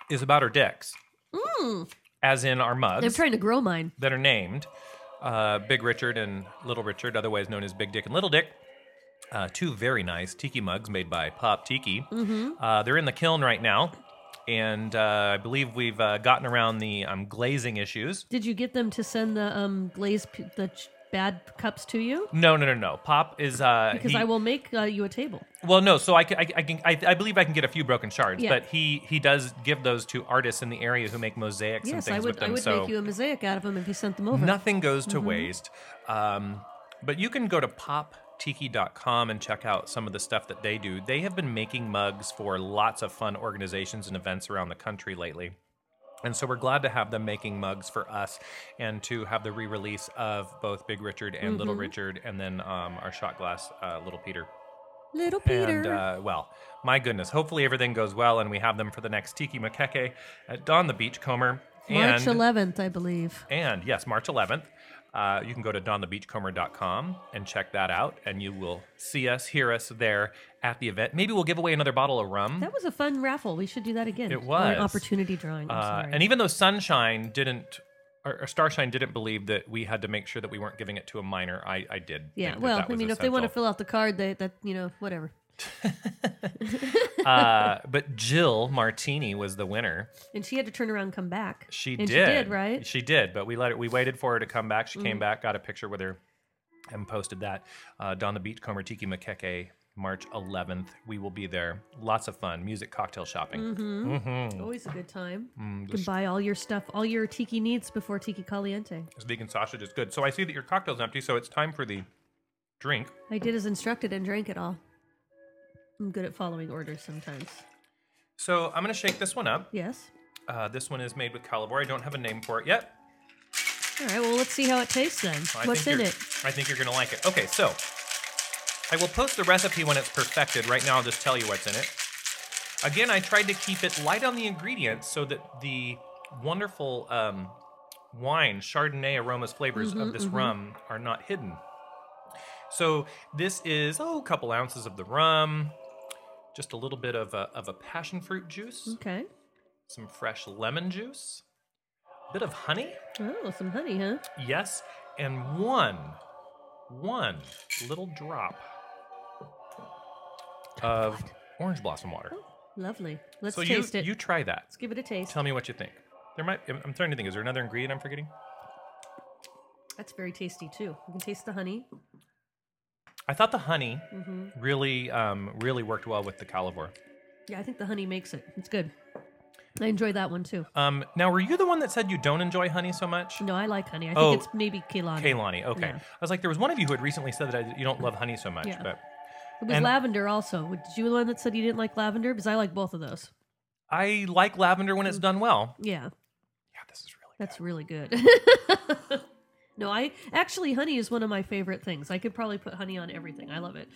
[SPEAKER 1] is about our dicks,
[SPEAKER 2] Mm.
[SPEAKER 1] as in our mugs.
[SPEAKER 2] I'm trying to grow mine.
[SPEAKER 1] that are named uh, Big Richard and Little Richard, otherwise known as Big Dick and Little Dick. Uh, two very nice tiki mugs made by Pop Tiki.
[SPEAKER 2] Mm-hmm.
[SPEAKER 1] Uh, they're in the kiln right now, and uh, I believe we've uh, gotten around the um, glazing issues.
[SPEAKER 2] Did you get them to send the um, glazed p- the ch- bad cups to you?
[SPEAKER 1] No, no, no, no. Pop is uh,
[SPEAKER 2] Because
[SPEAKER 1] he-
[SPEAKER 2] I will make uh, you a table.
[SPEAKER 1] Well, no. So I can, I, I can, I, I believe I can get a few broken shards,
[SPEAKER 2] Yeah.
[SPEAKER 1] but he he does give those to artists in the area who make mosaics and
[SPEAKER 2] Yes,
[SPEAKER 1] things
[SPEAKER 2] I
[SPEAKER 1] with
[SPEAKER 2] would.
[SPEAKER 1] them.
[SPEAKER 2] I would
[SPEAKER 1] so
[SPEAKER 2] make you a mosaic out of them if you sent them over.
[SPEAKER 1] Nothing goes to
[SPEAKER 2] Mm-hmm.
[SPEAKER 1] waste. Um, but you can go to poptiki.com and check out some of the stuff that they do. They have been making mugs for lots of fun organizations and events around the country lately. And so we're glad to have them making mugs for us and to have the re release of both Big Richard and Little
[SPEAKER 2] Mm-hmm.
[SPEAKER 1] Richard and then um, our shot glass, uh, Little Peter.
[SPEAKER 2] Little Peter.
[SPEAKER 1] And uh, well, my goodness, hopefully everything goes well and we have them for the next Tiki Makeke at Dawn the Beachcomber.
[SPEAKER 2] March
[SPEAKER 1] uh, and
[SPEAKER 2] 11th, I believe.
[SPEAKER 1] and yes, March 11th, uh, you can go to donthebeachcomber.com and check that out, and you will see us, hear us there at the event. Maybe we'll give away another bottle of rum.
[SPEAKER 2] That was a fun raffle. We should do that again.
[SPEAKER 1] It
[SPEAKER 2] Or an
[SPEAKER 1] was.
[SPEAKER 2] opportunity drawing. I'm
[SPEAKER 1] uh,
[SPEAKER 2] sorry.
[SPEAKER 1] and even though Sunshine didn't, or, or Starshine didn't believe that we had to make sure that we weren't giving it to a minor, I, I did.
[SPEAKER 2] yeah.
[SPEAKER 1] think that
[SPEAKER 2] well,
[SPEAKER 1] that
[SPEAKER 2] I
[SPEAKER 1] was
[SPEAKER 2] mean, if they want to
[SPEAKER 1] essential.
[SPEAKER 2] fill out the card, they that you know whatever.
[SPEAKER 1] uh, but Jill Martini was the winner.
[SPEAKER 2] And she had to turn around and come back.
[SPEAKER 1] She
[SPEAKER 2] and
[SPEAKER 1] did.
[SPEAKER 2] She did right.
[SPEAKER 1] She did, but we let her, we waited for her to come back. She came back, got a picture with her, and posted that. Uh, Don the Beachcomber Tiki Makeke, March 11th. We will be there. Lots of fun. Music, cocktail shopping.
[SPEAKER 2] Always a good time.
[SPEAKER 1] Mm,
[SPEAKER 2] you can buy all your stuff, all your tiki needs before tiki caliente.
[SPEAKER 1] This vegan sausage is good. So I see that your cocktail's empty, so it's time for the drink.
[SPEAKER 2] I did as instructed and drank it all. I'm good at following orders sometimes.
[SPEAKER 1] So I'm going to shake this one up.
[SPEAKER 2] Yes.
[SPEAKER 1] Uh, this one is made with calivore. I don't have a name for it yet.
[SPEAKER 2] All right. Well, let's see how it tastes then.
[SPEAKER 1] I
[SPEAKER 2] What's
[SPEAKER 1] think
[SPEAKER 2] in
[SPEAKER 1] you're-
[SPEAKER 2] it?
[SPEAKER 1] I think you're going to like it. Okay, so I will post the recipe when it's perfected. Right now, I'll just tell you what's in it. Again, I tried to keep it light on the ingredients so that the wonderful um,
[SPEAKER 2] Mm-hmm,
[SPEAKER 1] wine, Chardonnay aromas, flavors of this rum are not hidden. So this is oh, a couple ounces of the rum, just a little bit of a, of a passion fruit juice,
[SPEAKER 2] Okay.
[SPEAKER 1] some fresh lemon juice, a bit of honey,
[SPEAKER 2] Oh, some honey, huh?
[SPEAKER 1] yes, and one, one little drop of orange blossom water.
[SPEAKER 2] Lovely. Let's
[SPEAKER 1] so
[SPEAKER 2] taste
[SPEAKER 1] you
[SPEAKER 2] it.
[SPEAKER 1] you try that.
[SPEAKER 2] Let's give it a taste.
[SPEAKER 1] Tell me what you think. There might I'm I'm trying to think. Is there another ingredient I'm forgetting?
[SPEAKER 2] That's very tasty too. You can taste the honey.
[SPEAKER 1] I thought the honey
[SPEAKER 2] Mm-hmm.
[SPEAKER 1] really um, really worked well with the calivore.
[SPEAKER 2] Yeah, I think the honey makes it. It's good. I enjoy that one too.
[SPEAKER 1] Um, now, were you the one that said you don't enjoy honey so much?
[SPEAKER 2] No, I like honey. I think
[SPEAKER 1] Oh,
[SPEAKER 2] it's maybe Kehlani.
[SPEAKER 1] Kaylani, okay.
[SPEAKER 2] Yeah.
[SPEAKER 1] I was like, there was one of you who had recently said that I, you don't love honey so much,
[SPEAKER 2] Yeah.
[SPEAKER 1] but
[SPEAKER 2] It was
[SPEAKER 1] and-
[SPEAKER 2] lavender also. Would you be the one that said you didn't like lavender? Because I like both of those.
[SPEAKER 1] I like lavender
[SPEAKER 2] Mm.
[SPEAKER 1] when it's done well.
[SPEAKER 2] Yeah,
[SPEAKER 1] Yeah, this is really
[SPEAKER 2] that's really good. (laughs) no, I actually honey is one of my favorite things. I could probably put honey on everything. I love it.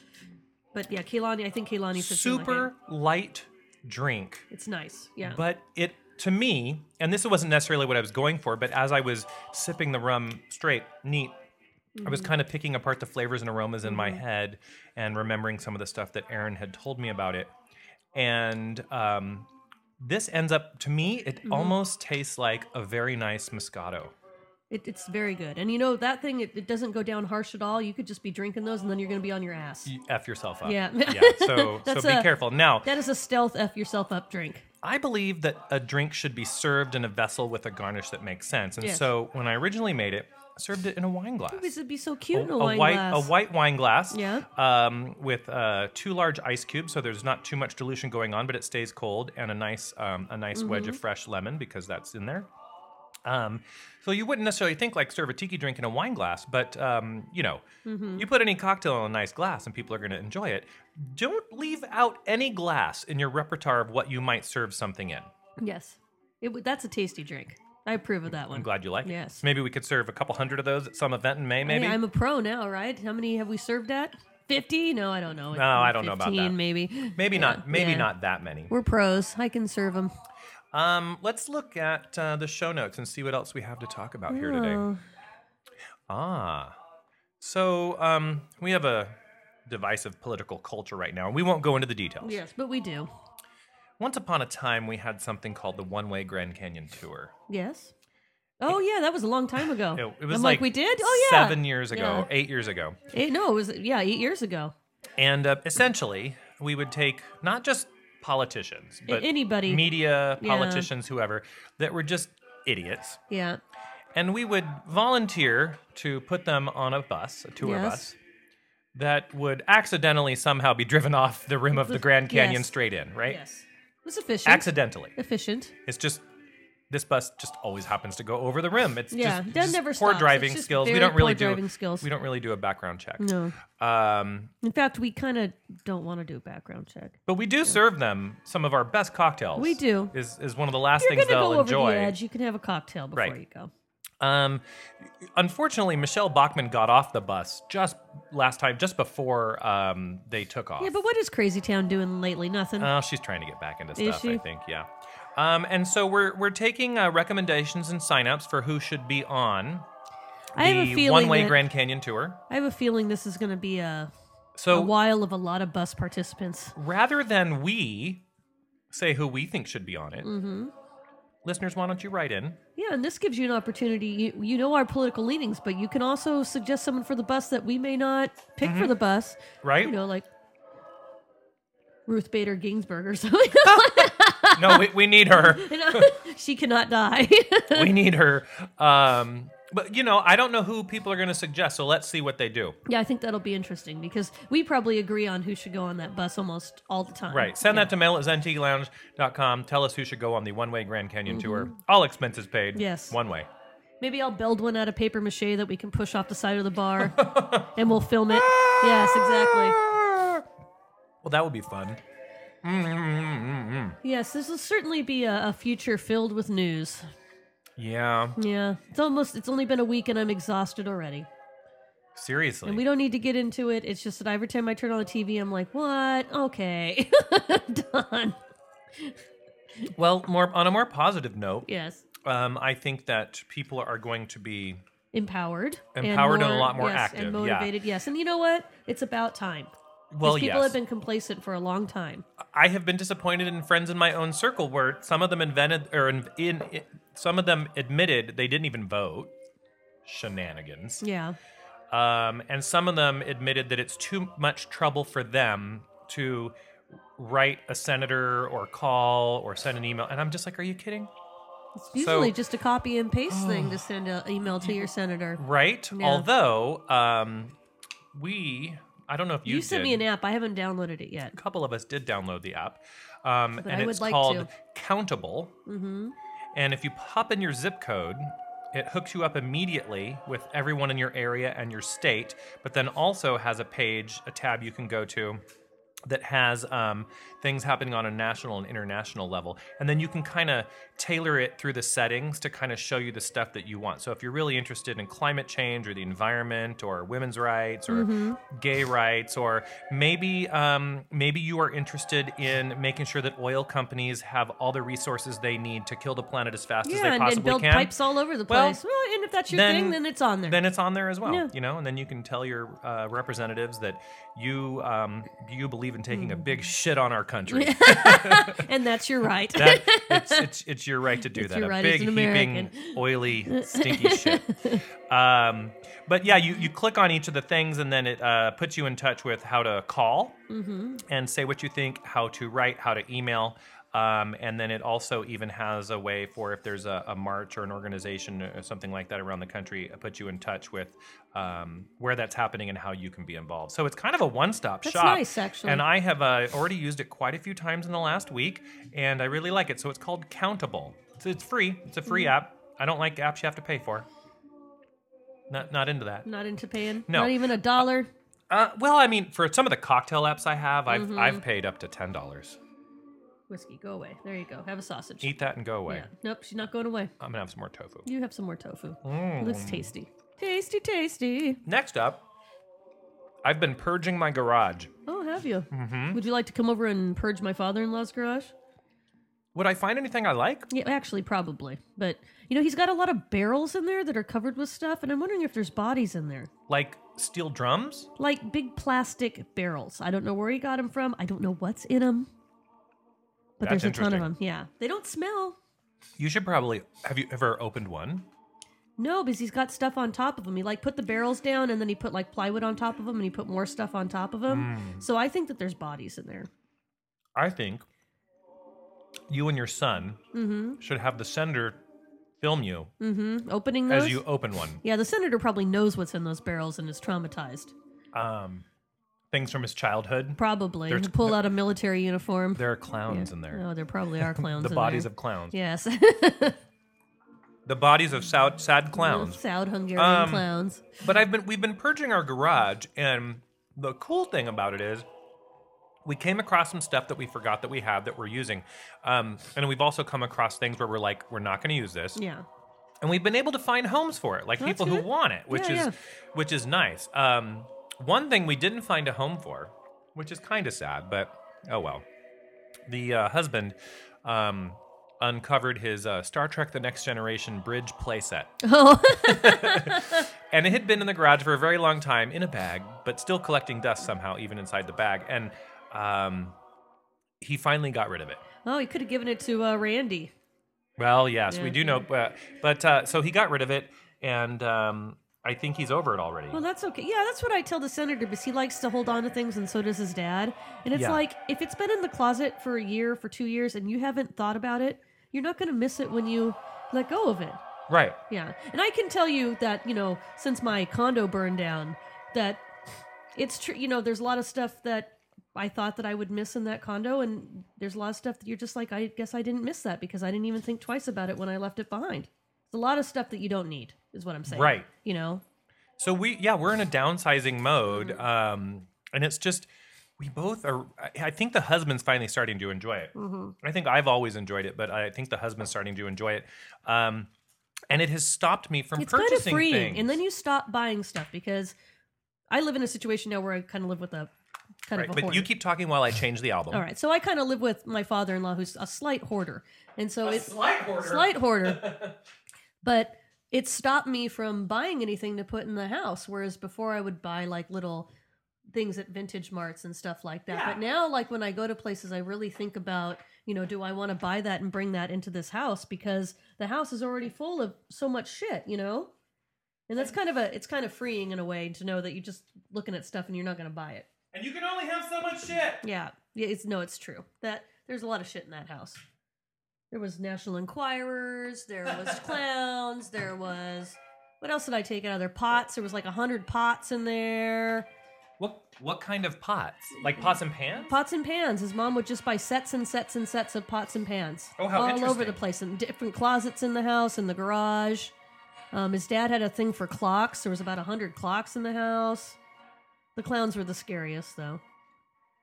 [SPEAKER 2] But yeah, Kehlani. I think Kehlani
[SPEAKER 1] good.
[SPEAKER 2] fits in my hand.
[SPEAKER 1] super light drink,
[SPEAKER 2] It's nice. Yeah.
[SPEAKER 1] but it to me, and this wasn't necessarily what I was going for, but as I was sipping the rum straight, neat. I
[SPEAKER 2] Mm-hmm.
[SPEAKER 1] was kind of picking apart the flavors and aromas in my head and remembering some of the stuff that Aaron had told me about it. And um, this ends up, to me, it
[SPEAKER 2] Mm-hmm.
[SPEAKER 1] almost tastes like a very nice Moscato.
[SPEAKER 2] It, it's very good. And you know, that thing, it, it doesn't go down harsh at all. You could just be drinking those and then you're going to be on your ass.
[SPEAKER 1] You F yourself up.
[SPEAKER 2] Yeah.
[SPEAKER 1] yeah. So, so
[SPEAKER 2] That's
[SPEAKER 1] be
[SPEAKER 2] a-
[SPEAKER 1] careful. Now,
[SPEAKER 2] (laughs) That is a stealth F yourself up drink.
[SPEAKER 1] I believe that a drink should be served in a vessel with a garnish that makes sense. And
[SPEAKER 2] Yes.
[SPEAKER 1] so when I originally made it, I served it in a wine glass.
[SPEAKER 2] This would be so cute in a,
[SPEAKER 1] a
[SPEAKER 2] wine
[SPEAKER 1] white
[SPEAKER 2] glass.
[SPEAKER 1] a white wine glass.
[SPEAKER 2] Yeah.
[SPEAKER 1] Um, with uh, two large ice cubes, so there's not too much dilution going on, but it stays cold, and a nice um, a nice wedge
[SPEAKER 2] Mm-hmm.
[SPEAKER 1] of fresh lemon because that's in there. Um, so you wouldn't necessarily think like serve a tiki drink in a wine glass, but um, you know,
[SPEAKER 2] Mm-hmm.
[SPEAKER 1] you put any cocktail in a nice glass and people are going to enjoy it. Don't leave out any glass in your repertoire of what you might serve something in.
[SPEAKER 2] Yes. It, would- that's a tasty drink. I approve of that one.
[SPEAKER 1] I'm glad you like it.
[SPEAKER 2] Yes.
[SPEAKER 1] Maybe we could serve a couple hundred of those at some event in May. Maybe.
[SPEAKER 2] Hey, I'm a pro now, right? How many have we served at? 50? No, I don't know.
[SPEAKER 1] No, I don't know about
[SPEAKER 2] 15
[SPEAKER 1] that.
[SPEAKER 2] maybe.
[SPEAKER 1] Maybe not. Maybe
[SPEAKER 2] yeah.
[SPEAKER 1] not that many.
[SPEAKER 2] We're pros. I can serve them.
[SPEAKER 1] Um, let's look at uh, the show notes and see what else we have to talk about here
[SPEAKER 2] Oh.
[SPEAKER 1] today. Ah, so um, we have a divisive political culture right now, and we won't go into the details.
[SPEAKER 2] Yes, but we do.
[SPEAKER 1] Once upon a time, we had something called the One Way Grand Canyon Tour.
[SPEAKER 2] Yes. Oh, yeah, that was a long time ago.
[SPEAKER 1] It, it was
[SPEAKER 2] I'm like,
[SPEAKER 1] like
[SPEAKER 2] we did? Oh, yeah.
[SPEAKER 1] seven years ago,
[SPEAKER 2] Yeah.
[SPEAKER 1] or eight years ago.
[SPEAKER 2] Eight, no, it was yeah, eight years ago.
[SPEAKER 1] And uh, essentially, we would take not just politicians, but
[SPEAKER 2] anybody.
[SPEAKER 1] media,
[SPEAKER 2] Yeah.
[SPEAKER 1] politicians, whoever, that were just idiots.
[SPEAKER 2] Yeah,
[SPEAKER 1] And we would volunteer to put them on a bus, a tour
[SPEAKER 2] Yes.
[SPEAKER 1] bus, that would accidentally somehow be driven off the rim of
[SPEAKER 2] (laughs)
[SPEAKER 1] the Grand Canyon
[SPEAKER 2] Yes.
[SPEAKER 1] straight in, right?
[SPEAKER 2] yes, it was efficient.
[SPEAKER 1] Accidentally.
[SPEAKER 2] efficient.
[SPEAKER 1] It's just this bus just always happens to go over the rim. It's
[SPEAKER 2] Yeah,
[SPEAKER 1] just,
[SPEAKER 2] that
[SPEAKER 1] just
[SPEAKER 2] never
[SPEAKER 1] poor
[SPEAKER 2] stops.
[SPEAKER 1] driving
[SPEAKER 2] It's just
[SPEAKER 1] skills. We
[SPEAKER 2] very
[SPEAKER 1] don't really
[SPEAKER 2] poor driving
[SPEAKER 1] do
[SPEAKER 2] skills.
[SPEAKER 1] we don't really do a background check.
[SPEAKER 2] No,
[SPEAKER 1] Um,
[SPEAKER 2] in fact, we kind of don't want to do a background check.
[SPEAKER 1] but we do serve them some of our best cocktails.
[SPEAKER 2] We do.
[SPEAKER 1] Is is one of the last
[SPEAKER 2] If you're
[SPEAKER 1] things
[SPEAKER 2] gonna
[SPEAKER 1] they'll
[SPEAKER 2] go over
[SPEAKER 1] enjoy.
[SPEAKER 2] the edge. You can have a cocktail before
[SPEAKER 1] Right.
[SPEAKER 2] you go.
[SPEAKER 1] Um, unfortunately, Michelle Bachmann got off the bus just last time, just before um, they took off.
[SPEAKER 2] Yeah, but what is Crazy Town doing lately? Nothing.
[SPEAKER 1] Oh, she's trying to get back into
[SPEAKER 2] Is
[SPEAKER 1] stuff,
[SPEAKER 2] she?
[SPEAKER 1] I think. Yeah. Um, and so we're we're taking uh, recommendations and signups for who should be on
[SPEAKER 2] I have a
[SPEAKER 1] the
[SPEAKER 2] feeling.
[SPEAKER 1] One Way
[SPEAKER 2] that-
[SPEAKER 1] Grand Canyon tour.
[SPEAKER 2] I have a feeling this is going to be a, a
[SPEAKER 1] So
[SPEAKER 2] while of a lot of bus participants.
[SPEAKER 1] rather than we say who we think should be on it,
[SPEAKER 2] Mm-hmm.
[SPEAKER 1] listeners, why don't you write in?
[SPEAKER 2] Yeah, and this gives you an opportunity. You, you know our political leanings, but you can also suggest someone for the bus that we may not pick for the bus.
[SPEAKER 1] Mm-hmm. Right?
[SPEAKER 2] You know, like Ruth Bader Ginsburg or (laughs)
[SPEAKER 1] (laughs)
[SPEAKER 2] something.
[SPEAKER 1] no, we, we need her.
[SPEAKER 2] You know, she cannot die. (laughs)
[SPEAKER 1] we need her. Um, but you know, I don't know who people are going to suggest. So let's see what they do.
[SPEAKER 2] yeah, I think that'll be interesting because we probably agree on who should go on that bus almost all the time.
[SPEAKER 1] Right. Send that to mail at zentilounge.com. Tell us who should go on the one way Grand Canyon tour. All expenses paid.
[SPEAKER 2] Mm-hmm. Yes.
[SPEAKER 1] One way.
[SPEAKER 2] Maybe I'll build one out of paper mache that we can push off the side of
[SPEAKER 1] (laughs)
[SPEAKER 2] the bar and we'll film it. Yes, exactly.
[SPEAKER 1] Well, that would be fun. Mm-mm-mm-mm-mm.
[SPEAKER 2] Yes, this will certainly be a, a future filled with news.
[SPEAKER 1] Yeah.
[SPEAKER 2] Yeah. It's almost it's only been a week and I'm exhausted already.
[SPEAKER 1] Seriously.
[SPEAKER 2] And we don't need to get into it. It's just that every time I turn on the TV, I'm like, what? Okay. (laughs) Done.
[SPEAKER 1] well, more on a more positive note,
[SPEAKER 2] Yes.
[SPEAKER 1] um, I think that people are going to be
[SPEAKER 2] empowered,
[SPEAKER 1] Empowered and a lot more
[SPEAKER 2] yes,
[SPEAKER 1] active,
[SPEAKER 2] and
[SPEAKER 1] yeah.
[SPEAKER 2] motivated. Yes, and you know what? It's about time. 'Cause
[SPEAKER 1] Well,
[SPEAKER 2] people
[SPEAKER 1] yes.
[SPEAKER 2] have been complacent for a long time.
[SPEAKER 1] I have been disappointed in friends in my own circle where some of them invented or in, in, some of them admitted they didn't even vote. Shenanigans.
[SPEAKER 2] Yeah,
[SPEAKER 1] Um, and some of them admitted that it's too much trouble for them to write a senator or call or send an email. And I'm just like, are you kidding?
[SPEAKER 2] it's usually
[SPEAKER 1] So-
[SPEAKER 2] just a copy and
[SPEAKER 1] (sighs)
[SPEAKER 2] paste thing to send an email to your senator.
[SPEAKER 1] Right?
[SPEAKER 2] Yeah.
[SPEAKER 1] Although um, we, I don't know if you,
[SPEAKER 2] You, sent
[SPEAKER 1] did.
[SPEAKER 2] me an app. I haven't downloaded it yet.
[SPEAKER 1] A couple of us did download the app, um,
[SPEAKER 2] But
[SPEAKER 1] and
[SPEAKER 2] I would
[SPEAKER 1] it's
[SPEAKER 2] like
[SPEAKER 1] called
[SPEAKER 2] to.
[SPEAKER 1] Countable.
[SPEAKER 2] hmm
[SPEAKER 1] And if you pop in your zip code, it hooks you up immediately with everyone in your area and your state, but then also has a page, a tab you can go to that has um, things happening on a national and international level. And then you can kind of tailor it through the settings to kind of show you the stuff that you want. So if you're really interested in climate change or the environment or women's rights or
[SPEAKER 2] Mm-hmm.
[SPEAKER 1] gay rights, or maybe um, maybe you are interested in making sure that oil companies have all the resources they need to kill the planet as fast as
[SPEAKER 2] Yeah,
[SPEAKER 1] they
[SPEAKER 2] and,
[SPEAKER 1] possibly
[SPEAKER 2] and build
[SPEAKER 1] can.
[SPEAKER 2] pipes all over the
[SPEAKER 1] Well,
[SPEAKER 2] place. Well, and if that's your
[SPEAKER 1] then-
[SPEAKER 2] thing, then it's on there.
[SPEAKER 1] Then it's on there as well,
[SPEAKER 2] Yeah.
[SPEAKER 1] you know, and then you can tell your uh, representatives that you um, you believe in taking a
[SPEAKER 2] Mm.
[SPEAKER 1] big shit on our
[SPEAKER 2] (laughs)
[SPEAKER 1] country.
[SPEAKER 2] and that's
[SPEAKER 1] (laughs)
[SPEAKER 2] your right.
[SPEAKER 1] that it's, it's it's your right to do
[SPEAKER 2] It's
[SPEAKER 1] that.
[SPEAKER 2] your
[SPEAKER 1] a
[SPEAKER 2] right as
[SPEAKER 1] big
[SPEAKER 2] an
[SPEAKER 1] heaping
[SPEAKER 2] American. (laughs)
[SPEAKER 1] oily stinky shit. Um, but yeah, you you click on each of the things and then it uh, puts you in touch with how to call and say what you think, how to write, how to email. Um, and then it also even has a way for if there's a, a march or an organization or something like that around the country, it puts you in touch with um, where that's happening and how you can be involved. So it's kind of a one-stop
[SPEAKER 2] That's
[SPEAKER 1] shop.
[SPEAKER 2] nice, actually.
[SPEAKER 1] And I have uh, already used it quite a few times in the last week, and I really like it. So it's called Countable. So it's free. It's a
[SPEAKER 2] Mm-hmm.
[SPEAKER 1] free app. I don't like apps you have to pay for. Not not into that.
[SPEAKER 2] (laughs) Not into paying.
[SPEAKER 1] No.
[SPEAKER 2] Not even a dollar.
[SPEAKER 1] Uh, well, I mean, for some of the cocktail apps I have, I've
[SPEAKER 2] Mm-hmm.
[SPEAKER 1] I've paid up to ten dollars.
[SPEAKER 2] Whiskey, go away. There you go. Have a sausage.
[SPEAKER 1] Eat that and go away.
[SPEAKER 2] Yeah. Nope, she's not going away.
[SPEAKER 1] I'm gonna have some more tofu.
[SPEAKER 2] You have some more tofu.
[SPEAKER 1] Mm.
[SPEAKER 2] Looks tasty. Tasty, tasty.
[SPEAKER 1] Next up, I've been purging my garage.
[SPEAKER 2] Oh, have you?
[SPEAKER 1] Mm-hmm.
[SPEAKER 2] Would you like to come over and purge my father-in-law's garage?
[SPEAKER 1] Would I find anything I like?
[SPEAKER 2] Yeah, actually, probably. But you know, he's got a lot of barrels in there that are covered with stuff, and I'm wondering if there's bodies in there,
[SPEAKER 1] Like steel drums?
[SPEAKER 2] like big plastic barrels. I don't know where he got them from. I don't know what's in them. But
[SPEAKER 1] That's
[SPEAKER 2] there's a ton of
[SPEAKER 1] interesting.
[SPEAKER 2] them. Yeah, they don't smell.
[SPEAKER 1] You should probably. Have you ever opened one?
[SPEAKER 2] No, because he's got stuff on top of him. He like put the barrels down, and then he put like plywood on top of them, and he put more stuff on top of them.
[SPEAKER 1] Hmm.
[SPEAKER 2] So I think that there's bodies in there.
[SPEAKER 1] I think you and your son should have the sender film you
[SPEAKER 2] Mm-hmm. Opening those.
[SPEAKER 1] as you open one.
[SPEAKER 2] Yeah, the senator probably knows what's in those barrels and is traumatized.
[SPEAKER 1] Um, things from his childhood.
[SPEAKER 2] Probably.
[SPEAKER 1] There's-
[SPEAKER 2] He'll pull out a military uniform.
[SPEAKER 1] There are clowns in there.
[SPEAKER 2] No, there probably are
[SPEAKER 1] (laughs)
[SPEAKER 2] clowns.
[SPEAKER 1] the
[SPEAKER 2] in
[SPEAKER 1] bodies
[SPEAKER 2] there.
[SPEAKER 1] of clowns.
[SPEAKER 2] yes,
[SPEAKER 1] The bodies of sad, sad
[SPEAKER 2] (laughs)
[SPEAKER 1] clowns.
[SPEAKER 2] Sound Hungarian
[SPEAKER 1] Um,
[SPEAKER 2] clowns.
[SPEAKER 1] But I've been we've been purging our garage, and the cool thing about it is we came across some stuff that we forgot that we had that we're using, um, and we've also come across things where we're like we're not going to use this,
[SPEAKER 2] Yeah, (laughs)
[SPEAKER 1] and we've been able to find homes for it, like
[SPEAKER 2] That's
[SPEAKER 1] people
[SPEAKER 2] good.
[SPEAKER 1] who want it, which
[SPEAKER 2] Yeah,
[SPEAKER 1] is
[SPEAKER 2] yeah.
[SPEAKER 1] which is nice. Um, one thing we didn't find a home for, which is kind of sad, but oh well. The uh, husband um, uncovered his uh, Star Trek: The Next Generation bridge playset.
[SPEAKER 2] Oh. (laughs)
[SPEAKER 1] and it had been in the garage for a very long time in a bag, but still collecting dust somehow, even inside the bag. And um, he finally got rid of it.
[SPEAKER 2] oh, he could have given it to uh, Randy.
[SPEAKER 1] Well, yes, we
[SPEAKER 2] Yeah.
[SPEAKER 1] do know, but, but uh, so he got rid of it, and um, I think he's over it already.
[SPEAKER 2] Well, that's okay. Yeah, that's what I tell the senator because he likes to hold on to things, and so does his dad. And it's
[SPEAKER 1] Yeah.
[SPEAKER 2] like if it's been in the closet for a year, for two years, and you haven't thought about it, you're not going to miss it when you let go of it.
[SPEAKER 1] right.
[SPEAKER 2] Yeah. And I can tell you that, you know, since my condo burned down, that it's true, you know, there's a lot of stuff that I thought that I would miss in that condo and there's a lot of stuff that you're just like I guess I didn't miss that because I didn't even think twice about it when I left it behind. It's a lot of stuff that you don't need is what I'm saying.
[SPEAKER 1] Right.
[SPEAKER 2] You know.
[SPEAKER 1] So we, yeah, we're in a downsizing mode, um, and it's just we both are. I- I think the husband's finally starting to enjoy it.
[SPEAKER 2] Mm-hmm.
[SPEAKER 1] I think I've always enjoyed it, but I think the husband's starting to enjoy it, um, and it has stopped me from
[SPEAKER 2] It's kind of
[SPEAKER 1] purchasing
[SPEAKER 2] freeing.
[SPEAKER 1] things.
[SPEAKER 2] And then you stop buying stuff because I live in a situation now where I kind of live with a kind
[SPEAKER 1] Right,
[SPEAKER 2] of a
[SPEAKER 1] but
[SPEAKER 2] hoarder.
[SPEAKER 1] you keep talking while I change the album.
[SPEAKER 2] All right. So I kind of live with my father-in-law who's a slight hoarder. And so it's (laughs)
[SPEAKER 1] Slight order.
[SPEAKER 2] slight hoarder. but it stopped me from buying anything to put in the house. Whereas before I would buy like little things at vintage marts and stuff like that.
[SPEAKER 3] Yeah.
[SPEAKER 2] But now, like when I go to places, I really think about, you know, do I want to buy that and bring that into this house because the house is already full of so much shit, you know? And that's kind of a it's kind of freeing in a way to know that you're just looking at stuff and you're not going to buy it.
[SPEAKER 1] And you can only have so much shit.
[SPEAKER 2] Yeah. Yeah, it's no, it's true. That there's a lot of shit in that house. There was National Enquirers, there
[SPEAKER 1] (laughs)
[SPEAKER 2] was clowns, there was what else did I take out of there? Pots. There was like a hundred pots in there.
[SPEAKER 1] What what kind of pots? Like pots and pans?
[SPEAKER 2] Pots and pans. His mom would just buy sets and sets and sets of pots and pans.
[SPEAKER 1] Oh, how
[SPEAKER 2] all over
[SPEAKER 1] interesting.
[SPEAKER 2] the place in different closets in the house, in the garage. Um, his dad had a thing for clocks. There was about a hundred clocks in the house. The clowns were the scariest, though.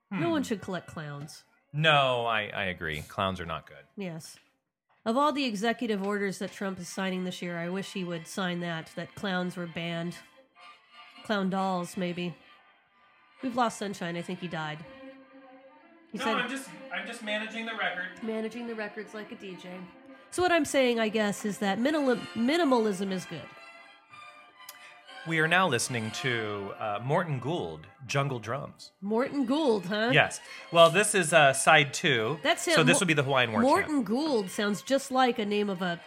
[SPEAKER 2] No
[SPEAKER 1] Hmm.
[SPEAKER 2] one should collect clowns.
[SPEAKER 1] No, I, I agree. Clowns are not good.
[SPEAKER 2] Yes. Of all the executive orders that Trump is signing this year, I wish he would sign that, that clowns were banned. Clown dolls, maybe. We've lost sunshine. I think he died. He said
[SPEAKER 1] just I'm just managing the record.
[SPEAKER 2] managing the records like a DJ. So, what I'm saying, I guess, is that minimal- minimalism is good.
[SPEAKER 1] We are now listening to uh, Morton Gould, Jungle Drums.
[SPEAKER 2] Morton Gould, huh?
[SPEAKER 1] Yes. Well, this is uh, side two.
[SPEAKER 2] That's him.
[SPEAKER 1] So this
[SPEAKER 2] Mor-
[SPEAKER 1] would be the Hawaiian war (laughs)
[SPEAKER 2] Morton
[SPEAKER 1] chant.
[SPEAKER 2] Gould sounds just like a name of a,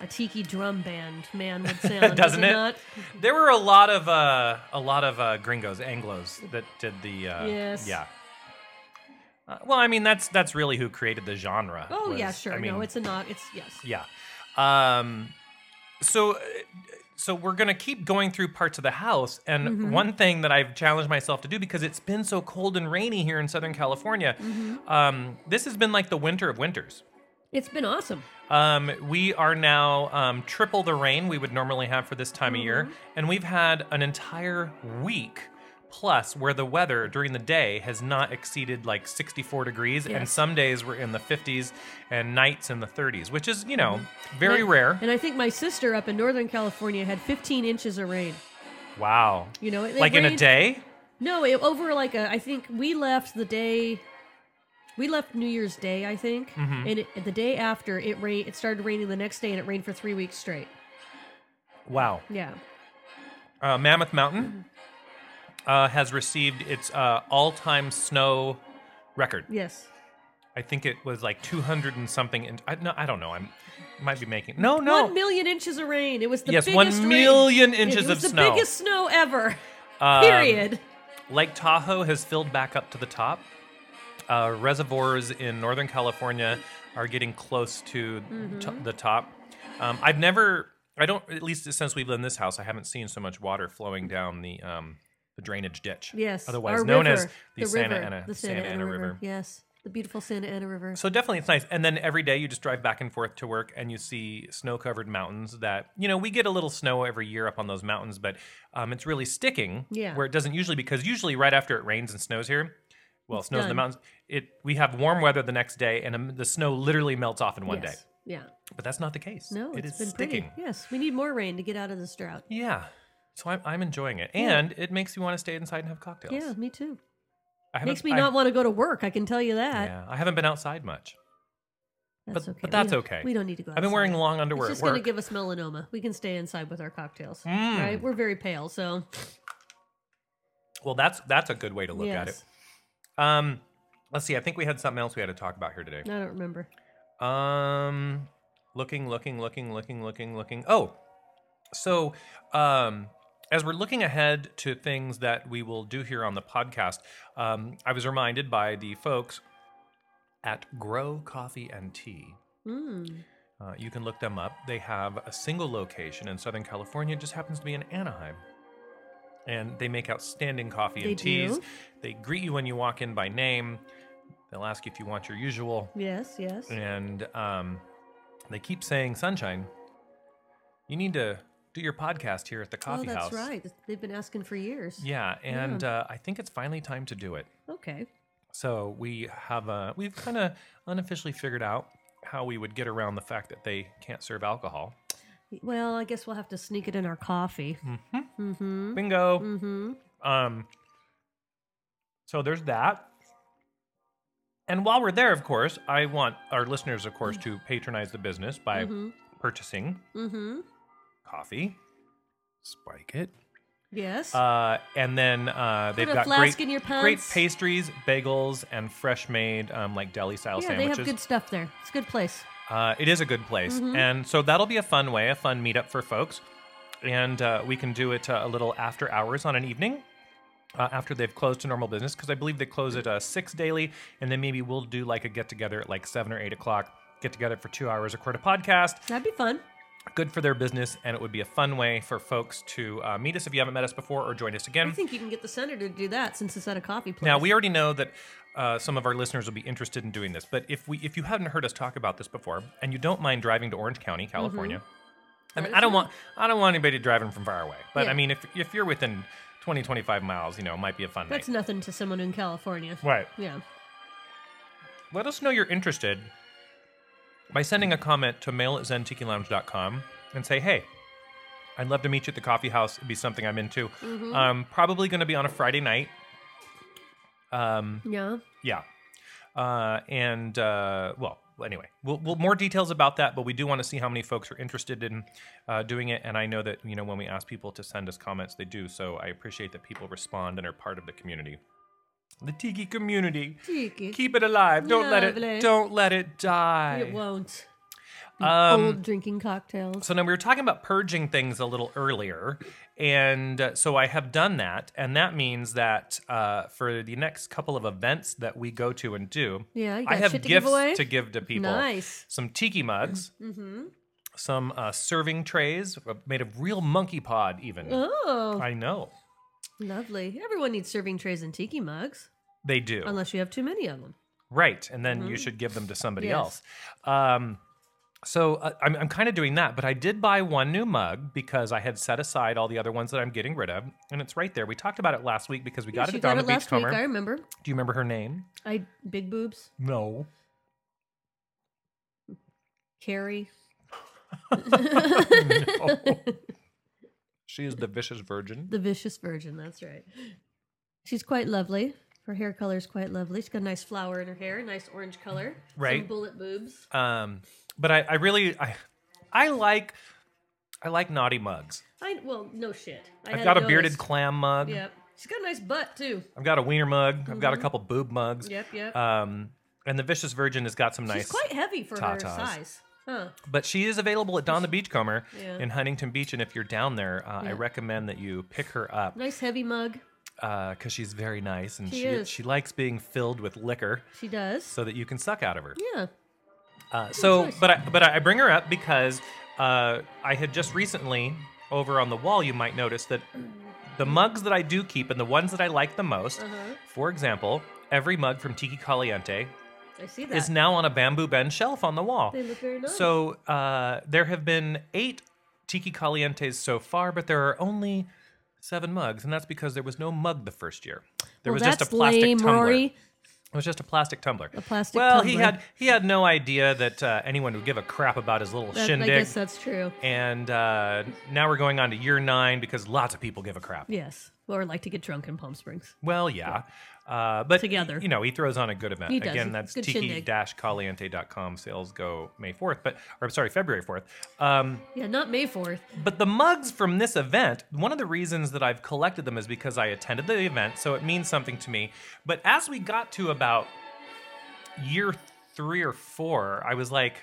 [SPEAKER 2] a tiki drum band
[SPEAKER 1] (laughs)
[SPEAKER 2] man would sound. does
[SPEAKER 1] Doesn't
[SPEAKER 2] it?
[SPEAKER 1] it?
[SPEAKER 2] Not?
[SPEAKER 1] There were a lot of uh, a lot of uh, gringos, Anglo's that did the uh,
[SPEAKER 2] Yes.
[SPEAKER 1] yeah. Uh, well, I mean that's that's really who created the genre.
[SPEAKER 2] Oh,
[SPEAKER 1] was-
[SPEAKER 2] yeah, sure.
[SPEAKER 1] I mean,
[SPEAKER 2] no, it's a not. It's, yes.
[SPEAKER 1] Yeah. Um, so, uh, so we're gonna keep going through parts of the house, and one thing that I've challenged myself to do because it's been so cold and rainy here in Southern California, um, this has been like the winter of winters.
[SPEAKER 2] It's been awesome.
[SPEAKER 1] Um, we are now um, triple the rain we would normally have for this time of
[SPEAKER 2] Mm-hmm.
[SPEAKER 1] year, and we've had an entire week plus where the weather during the day has not exceeded like 64 degrees and
[SPEAKER 2] Yes.
[SPEAKER 1] some days we're in the 50s and nights in the 30s which is you know very
[SPEAKER 2] And-
[SPEAKER 1] rare
[SPEAKER 2] Mm-hmm. And I think my sister up in Northern California had 15 inches of rain.
[SPEAKER 1] Wow.
[SPEAKER 2] You know, it, it
[SPEAKER 1] like in a
[SPEAKER 2] rained-
[SPEAKER 1] day?
[SPEAKER 2] No, it, over like a. I think we left the day. We left New Year's Day, I think,
[SPEAKER 1] Mm-hmm.
[SPEAKER 2] and it, the day after it rained. It started raining the next day, and it rained for three weeks straight.
[SPEAKER 1] Wow.
[SPEAKER 2] Yeah,
[SPEAKER 1] Uh, Mammoth Mountain
[SPEAKER 2] Mm-hmm.
[SPEAKER 1] uh, has received its uh, all time snow record.
[SPEAKER 2] yes.
[SPEAKER 1] I think it was like 200 and something. And I, no, I don't know. I might be making. No, no.
[SPEAKER 2] One million inches of rain. It was the
[SPEAKER 1] yes,
[SPEAKER 2] biggest
[SPEAKER 1] 1 million
[SPEAKER 2] rain.
[SPEAKER 1] inches
[SPEAKER 2] it was
[SPEAKER 1] of
[SPEAKER 2] the
[SPEAKER 1] snow.
[SPEAKER 2] biggest snow ever.
[SPEAKER 1] Um,
[SPEAKER 2] (laughs) Period.
[SPEAKER 1] Lake Tahoe has filled back up to the top. Uh, reservoirs in Northern California are getting close to
[SPEAKER 2] Mm-hmm.
[SPEAKER 1] t- the top. Um, I've never, I don't, at least since we've lived in this house, I haven't seen so much water flowing down the um, the drainage ditch.
[SPEAKER 2] yes.
[SPEAKER 1] Otherwise
[SPEAKER 2] our
[SPEAKER 1] known
[SPEAKER 2] river,
[SPEAKER 1] as the, Santa
[SPEAKER 2] river,
[SPEAKER 1] Ana,
[SPEAKER 2] the
[SPEAKER 1] Santa Ana River.
[SPEAKER 2] Yes, the beautiful Santa Ana River.
[SPEAKER 1] So definitely it's nice. And then every day you just drive back and forth to work and you see snow covered mountains that, you know, we get a little snow every year up on those mountains, but um, it's really sticking
[SPEAKER 2] Yeah.
[SPEAKER 1] where it doesn't usually because usually right after it rains and snows here, well, snows in the
[SPEAKER 2] done.
[SPEAKER 1] mountains, it we have warm weather the next day and um, the snow literally melts off in one
[SPEAKER 2] yes.
[SPEAKER 1] day.
[SPEAKER 2] Yeah.
[SPEAKER 1] But that's not the case.
[SPEAKER 2] No,
[SPEAKER 1] it
[SPEAKER 2] it's
[SPEAKER 1] is
[SPEAKER 2] been
[SPEAKER 1] sticking.
[SPEAKER 2] pretty. Yes, we need more rain to get out of this drought.
[SPEAKER 1] Yeah. So I'm, I'm enjoying it. And it makes you want to stay inside and have cocktails.
[SPEAKER 2] Yeah, me too.
[SPEAKER 1] I haven't-
[SPEAKER 2] Makes me
[SPEAKER 1] I-
[SPEAKER 2] not want to go to work. I can tell you that.
[SPEAKER 1] Yeah, I haven't been outside much.
[SPEAKER 2] That's
[SPEAKER 1] but-
[SPEAKER 2] okay.
[SPEAKER 1] but that's
[SPEAKER 2] we don't-
[SPEAKER 1] okay.
[SPEAKER 2] We don't need to go.
[SPEAKER 1] I've been wearing
[SPEAKER 2] outside.
[SPEAKER 1] long underwear
[SPEAKER 2] It's just
[SPEAKER 1] at work. Mm.
[SPEAKER 2] going to give us melanoma. We can stay inside with our cocktails. Right? We're very pale, so
[SPEAKER 1] Well, that's that's a good way to look at it.
[SPEAKER 2] yes.
[SPEAKER 1] Um, let's see. I think we had something else we had to talk about here today.
[SPEAKER 2] I don't remember.
[SPEAKER 1] Um, looking, looking, looking, looking, looking, looking. Oh, so um, as we're looking ahead to things that we will do here on the podcast, um, I was reminded by the folks at Grow Coffee and Tea.
[SPEAKER 2] Mm.
[SPEAKER 1] Uh, you can look them up. They have a single location in Southern California. It just happens to be in Anaheim. And they make outstanding coffee
[SPEAKER 2] They
[SPEAKER 1] and teas.
[SPEAKER 2] do.
[SPEAKER 1] They greet you when you walk in by name. They'll ask you if you want your usual.
[SPEAKER 2] Yes, yes. Oh,
[SPEAKER 1] And um, they keep saying, Sunshine, you need to do your podcast here at the
[SPEAKER 2] oh,
[SPEAKER 1] coffee
[SPEAKER 2] that's
[SPEAKER 1] house.
[SPEAKER 2] right. They've been asking for years.
[SPEAKER 1] Yeah. And Uh, I think it's finally time to do it.
[SPEAKER 2] Okay.
[SPEAKER 1] So we have uh, we've kind of unofficially figured out how we would get around the fact that they can't serve alcohol.
[SPEAKER 2] Well, I guess we'll have to sneak it in our coffee.
[SPEAKER 1] Mm-hmm. Bingo.
[SPEAKER 2] Mm-hmm.
[SPEAKER 1] Um, so there's that. And while we're there, of course, I
[SPEAKER 2] Mm.
[SPEAKER 1] want our listeners, of course, to patronize the business by purchasing
[SPEAKER 2] Mm-hmm.
[SPEAKER 1] coffee.
[SPEAKER 3] Spike it.
[SPEAKER 2] Yes.
[SPEAKER 1] Uh, and then uh, they've
[SPEAKER 2] a
[SPEAKER 1] got
[SPEAKER 2] flask
[SPEAKER 1] great,
[SPEAKER 2] in your
[SPEAKER 1] great
[SPEAKER 2] pants.
[SPEAKER 1] pastries, bagels, and fresh made um, like deli style
[SPEAKER 2] yeah, they
[SPEAKER 1] sandwiches.
[SPEAKER 2] have good stuff there. It's a good place.
[SPEAKER 1] Uh, it is a good place. And so that'll be a fun way, a fun meetup for folks. And uh, we can do it uh, a little after hours on an evening uh, after they've closed to normal business, because I believe they close at uh, six daily. And then maybe we'll do like a get together at like seven or eight o'clock, get together for two hours, record a podcast.
[SPEAKER 2] That'd be fun.
[SPEAKER 1] Good for their business. And it would be a fun way for folks to uh, meet us if you haven't met us before or join us
[SPEAKER 2] I
[SPEAKER 1] again.
[SPEAKER 2] think you can get the senator to do that since it's at a coffee place.
[SPEAKER 1] Um, Now we already know that uh, some of our listeners will be interested in doing this, but if we if you haven't heard us talk about this before and you don't mind driving to Orange County,
[SPEAKER 2] Mm-hmm.
[SPEAKER 1] California, I mean I don't want I don't want anybody driving from far away, but
[SPEAKER 2] Yeah.
[SPEAKER 1] I mean if if you're within 20 25 miles, you know, it might be a fun
[SPEAKER 2] That's
[SPEAKER 1] night.
[SPEAKER 2] nothing to someone in California.
[SPEAKER 1] Right.
[SPEAKER 2] Yeah.
[SPEAKER 1] Let us know you're interested by sending a comment to mail at zentikilounge.com and say, hey, I'd love to meet you at the coffee house. It'd be something I'm into.
[SPEAKER 2] Mm-hmm.
[SPEAKER 1] Um, probably going to be on a Friday night. Um,
[SPEAKER 2] Yeah.
[SPEAKER 1] Yeah. Uh, and uh, well, anyway, we'll, we'll more details about that, but we do want to see how many folks are interested in uh, doing it. And I know that you know when we ask people to send us comments, they do. So I appreciate that people respond and are part of the community, the Tiki community.
[SPEAKER 2] Tiki.
[SPEAKER 1] Keep it alive. Don't let
[SPEAKER 2] Lovely.
[SPEAKER 1] it. Don't let it die.
[SPEAKER 2] It won't.
[SPEAKER 1] Um,
[SPEAKER 2] Old drinking cocktails.
[SPEAKER 1] so now we were talking about purging things a little earlier, and uh, so I have done that, and that means that uh, for the next couple of events that we go to and do,
[SPEAKER 2] Yeah, you
[SPEAKER 1] I
[SPEAKER 2] got
[SPEAKER 1] have
[SPEAKER 2] shit to give
[SPEAKER 1] gifts
[SPEAKER 2] away?
[SPEAKER 1] to give to people.
[SPEAKER 2] Nice. Mm-hmm.
[SPEAKER 1] Some tiki mugs, some uh, serving trays uh, made of real monkey pod. Even
[SPEAKER 2] Oh,
[SPEAKER 1] I know
[SPEAKER 2] lovely. Everyone needs serving trays and tiki mugs,
[SPEAKER 1] they do.
[SPEAKER 2] unless you have too many of them.
[SPEAKER 1] Right, and then you should give them to somebody
[SPEAKER 2] Mm-hmm. Yes.
[SPEAKER 1] else. Um, so uh, I'm, I'm kind of doing that, but I did buy one new mug because I had set aside all the other ones that I'm getting rid of, and it's right there. We talked about it last week because we got
[SPEAKER 2] Yes,
[SPEAKER 1] it
[SPEAKER 2] you
[SPEAKER 1] at Dawn
[SPEAKER 2] got
[SPEAKER 1] the
[SPEAKER 2] it last week.
[SPEAKER 1] Beachcomber.
[SPEAKER 2] I remember.
[SPEAKER 1] Do you remember her name?
[SPEAKER 2] I big boobs. (laughs)
[SPEAKER 1] No.
[SPEAKER 2] Carrie.
[SPEAKER 1] She is the vicious virgin.
[SPEAKER 2] The Vicious Virgin, that's right. She's quite lovely. Her hair color is quite lovely. She's got a nice flower in her hair, nice orange color.
[SPEAKER 1] Right.
[SPEAKER 2] Some bullet boobs.
[SPEAKER 1] Um, but I, I really, I, I like, I like naughty mugs.
[SPEAKER 2] I well, no shit. I
[SPEAKER 1] I've
[SPEAKER 2] had
[SPEAKER 1] got a
[SPEAKER 2] noticed.
[SPEAKER 1] bearded clam mug.
[SPEAKER 2] Yep. She's got a nice butt too.
[SPEAKER 1] I've got a wiener mug. I've
[SPEAKER 2] Mm-hmm.
[SPEAKER 1] got a couple boob mugs.
[SPEAKER 2] Yep, yep.
[SPEAKER 1] Um, and the vicious virgin has got some nice.
[SPEAKER 2] She's quite heavy for
[SPEAKER 1] tatas.
[SPEAKER 2] her size. Huh.
[SPEAKER 1] But she is available at Don the Beachcomber
[SPEAKER 2] (laughs) Yeah.
[SPEAKER 1] in Huntington Beach, and if you're down there, uh, I recommend that you pick her up
[SPEAKER 2] Nice heavy mug.
[SPEAKER 1] because she's very nice and
[SPEAKER 2] She
[SPEAKER 1] she
[SPEAKER 2] is.
[SPEAKER 1] she likes being filled with liquor
[SPEAKER 2] She does.
[SPEAKER 1] so that you can suck out of her.
[SPEAKER 2] Yeah.
[SPEAKER 1] Uh, so,
[SPEAKER 2] choice.
[SPEAKER 1] but I, but I bring her up because uh, I had just recently over on the wall. You might notice that the mugs that I do keep and the ones that I like the most,
[SPEAKER 2] Uh-huh.
[SPEAKER 1] for example, every mug from Tiki Caliente
[SPEAKER 2] I see that.
[SPEAKER 1] is now on a bamboo bend shelf on the wall.
[SPEAKER 2] They look very nice.
[SPEAKER 1] So uh, there have been eight Tiki Calientes so far, but there are only seven mugs, and that's because there was no mug the first year. There
[SPEAKER 2] well,
[SPEAKER 1] was
[SPEAKER 2] that's
[SPEAKER 1] just a plastic
[SPEAKER 2] lame,
[SPEAKER 1] tumbler.
[SPEAKER 2] Rory.
[SPEAKER 1] It was just a plastic tumbler. A
[SPEAKER 2] plastic
[SPEAKER 1] Well, he
[SPEAKER 2] tumbler.
[SPEAKER 1] had he had no idea that uh, anyone would give a crap about his little
[SPEAKER 2] That- I
[SPEAKER 1] shindig.
[SPEAKER 2] guess that's true.
[SPEAKER 1] and uh, now we're going on to year nine because lots of people give a crap.
[SPEAKER 2] Yes. Or like to get drunk in Palm Springs.
[SPEAKER 1] Well, yeah. Uh, but
[SPEAKER 2] Together.
[SPEAKER 1] you know, he throws on a good event.
[SPEAKER 2] He does.
[SPEAKER 1] Again,
[SPEAKER 2] It's
[SPEAKER 1] that's
[SPEAKER 2] good shindig.
[SPEAKER 1] tiki-caliente.com. Sales go May 4th, but or sorry, February 4th. Um,
[SPEAKER 2] Yeah, not May fourth.
[SPEAKER 1] but the mugs from this event, one of the reasons that I've collected them is because I attended the event, so it means something to me. But as we got to about year three or four, I was like,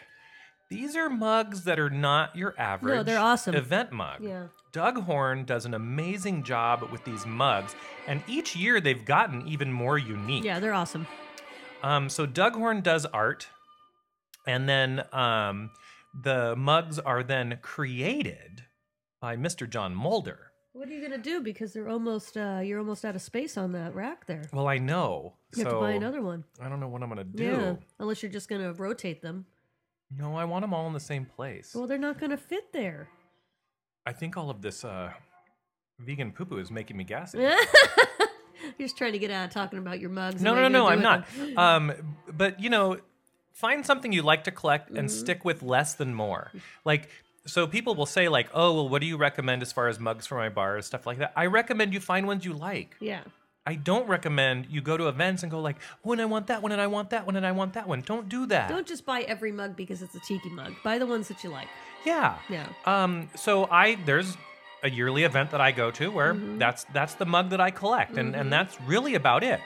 [SPEAKER 1] these are mugs that are not your average
[SPEAKER 2] they're awesome.
[SPEAKER 1] event mug.
[SPEAKER 2] Yeah.
[SPEAKER 1] Doug Horn does an amazing job with these mugs, and each year they've gotten even more unique.
[SPEAKER 2] Yeah, they're awesome.
[SPEAKER 1] Um, so Doug Horn does art, and then um, the mugs are then created by Mr. John Mulder.
[SPEAKER 2] What are you gonna do? Because they're almost uh, you're almost out of space on that rack there.
[SPEAKER 1] Well, I know.
[SPEAKER 2] You
[SPEAKER 1] so
[SPEAKER 2] have to buy another one.
[SPEAKER 1] I don't know what I'm gonna do.
[SPEAKER 2] Yeah, unless you're just gonna rotate them.
[SPEAKER 1] No, I want them all in the same place.
[SPEAKER 2] Well, they're not gonna fit there.
[SPEAKER 1] I think all of this uh, vegan poo poo is making me gassy.
[SPEAKER 2] (laughs) you're just trying to get out of talking about your mugs. and
[SPEAKER 1] No,
[SPEAKER 2] what
[SPEAKER 1] no,
[SPEAKER 2] you're
[SPEAKER 1] no,
[SPEAKER 2] gonna
[SPEAKER 1] I'm
[SPEAKER 2] do
[SPEAKER 1] not.
[SPEAKER 2] with (gasps)
[SPEAKER 1] Um, but you know, find something you like to collect and
[SPEAKER 2] Mm-hmm.
[SPEAKER 1] stick with less than more. Like, so people will say like, "Oh, well, what do you recommend as far as mugs for my bar?" Stuff like that. I recommend you find ones you like.
[SPEAKER 2] them. Yeah,
[SPEAKER 1] I don't recommend you go to events and go like, when I want that one and I want that one and I want that one. Don't do that.
[SPEAKER 2] Don't just buy every mug because it's a tiki mug. Buy the ones that you like.
[SPEAKER 1] yeah.
[SPEAKER 2] Yeah.
[SPEAKER 1] Um, so I there's a yearly event that I go to where
[SPEAKER 2] Mm-hmm.
[SPEAKER 1] that's that's the mug that I collect, and and that's really about it.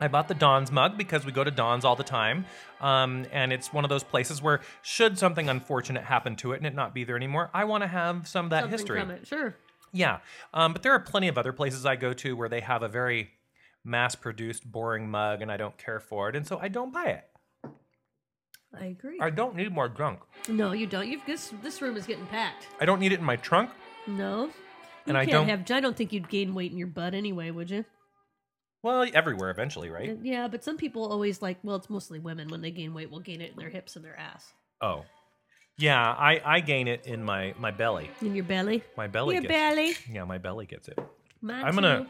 [SPEAKER 1] I bought the Don's mug because we go to Don's all the time, um, and it's one of those places where should something unfortunate happen to it and it not be there anymore, I want to have some of that
[SPEAKER 2] Something
[SPEAKER 1] history.
[SPEAKER 2] from it. Sure.
[SPEAKER 1] Yeah, um, but there are plenty of other places I go to where they have a very mass-produced, boring mug, and I don't care for it, and so I don't buy it.
[SPEAKER 2] I agree.
[SPEAKER 1] I don't need more junk.
[SPEAKER 2] no, you don't. You've this this room is getting packed.
[SPEAKER 1] I don't need it in my trunk.
[SPEAKER 2] No. You
[SPEAKER 1] And I
[SPEAKER 2] can't
[SPEAKER 1] don't-
[SPEAKER 2] have I don't think you'd gain weight in your butt anyway, would you?
[SPEAKER 1] Well, everywhere eventually, right?
[SPEAKER 2] Uh, Yeah, but some people always like well, it's mostly women when they gain weight will gain it in their hips and their ass.
[SPEAKER 1] Oh. Yeah, I, I gain it in my, my belly.
[SPEAKER 2] In your belly.
[SPEAKER 1] My belly
[SPEAKER 2] your
[SPEAKER 1] gets
[SPEAKER 2] belly.
[SPEAKER 1] it. Yeah, my belly gets it.
[SPEAKER 2] Mine
[SPEAKER 1] I'm gonna
[SPEAKER 2] too.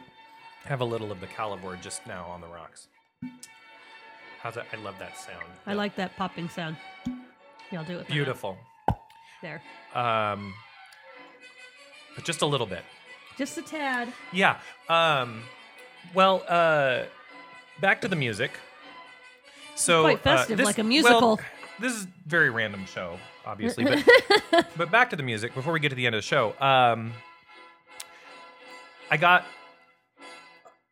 [SPEAKER 1] have a little of the calibor just now on the rocks. How's that? I love that sound.
[SPEAKER 2] I like that popping sound. Y'all do it.
[SPEAKER 1] beautiful.
[SPEAKER 2] There.
[SPEAKER 1] Um but just a little bit.
[SPEAKER 2] Just a tad.
[SPEAKER 1] Yeah. Um well uh back to the music. So
[SPEAKER 2] Quite festive,
[SPEAKER 1] uh, this,
[SPEAKER 2] like a
[SPEAKER 1] well,
[SPEAKER 2] musical.
[SPEAKER 1] this is very random show, obviously,
[SPEAKER 2] (laughs)
[SPEAKER 1] but but (laughs) back to the music before we get to the end of the show. Um, I got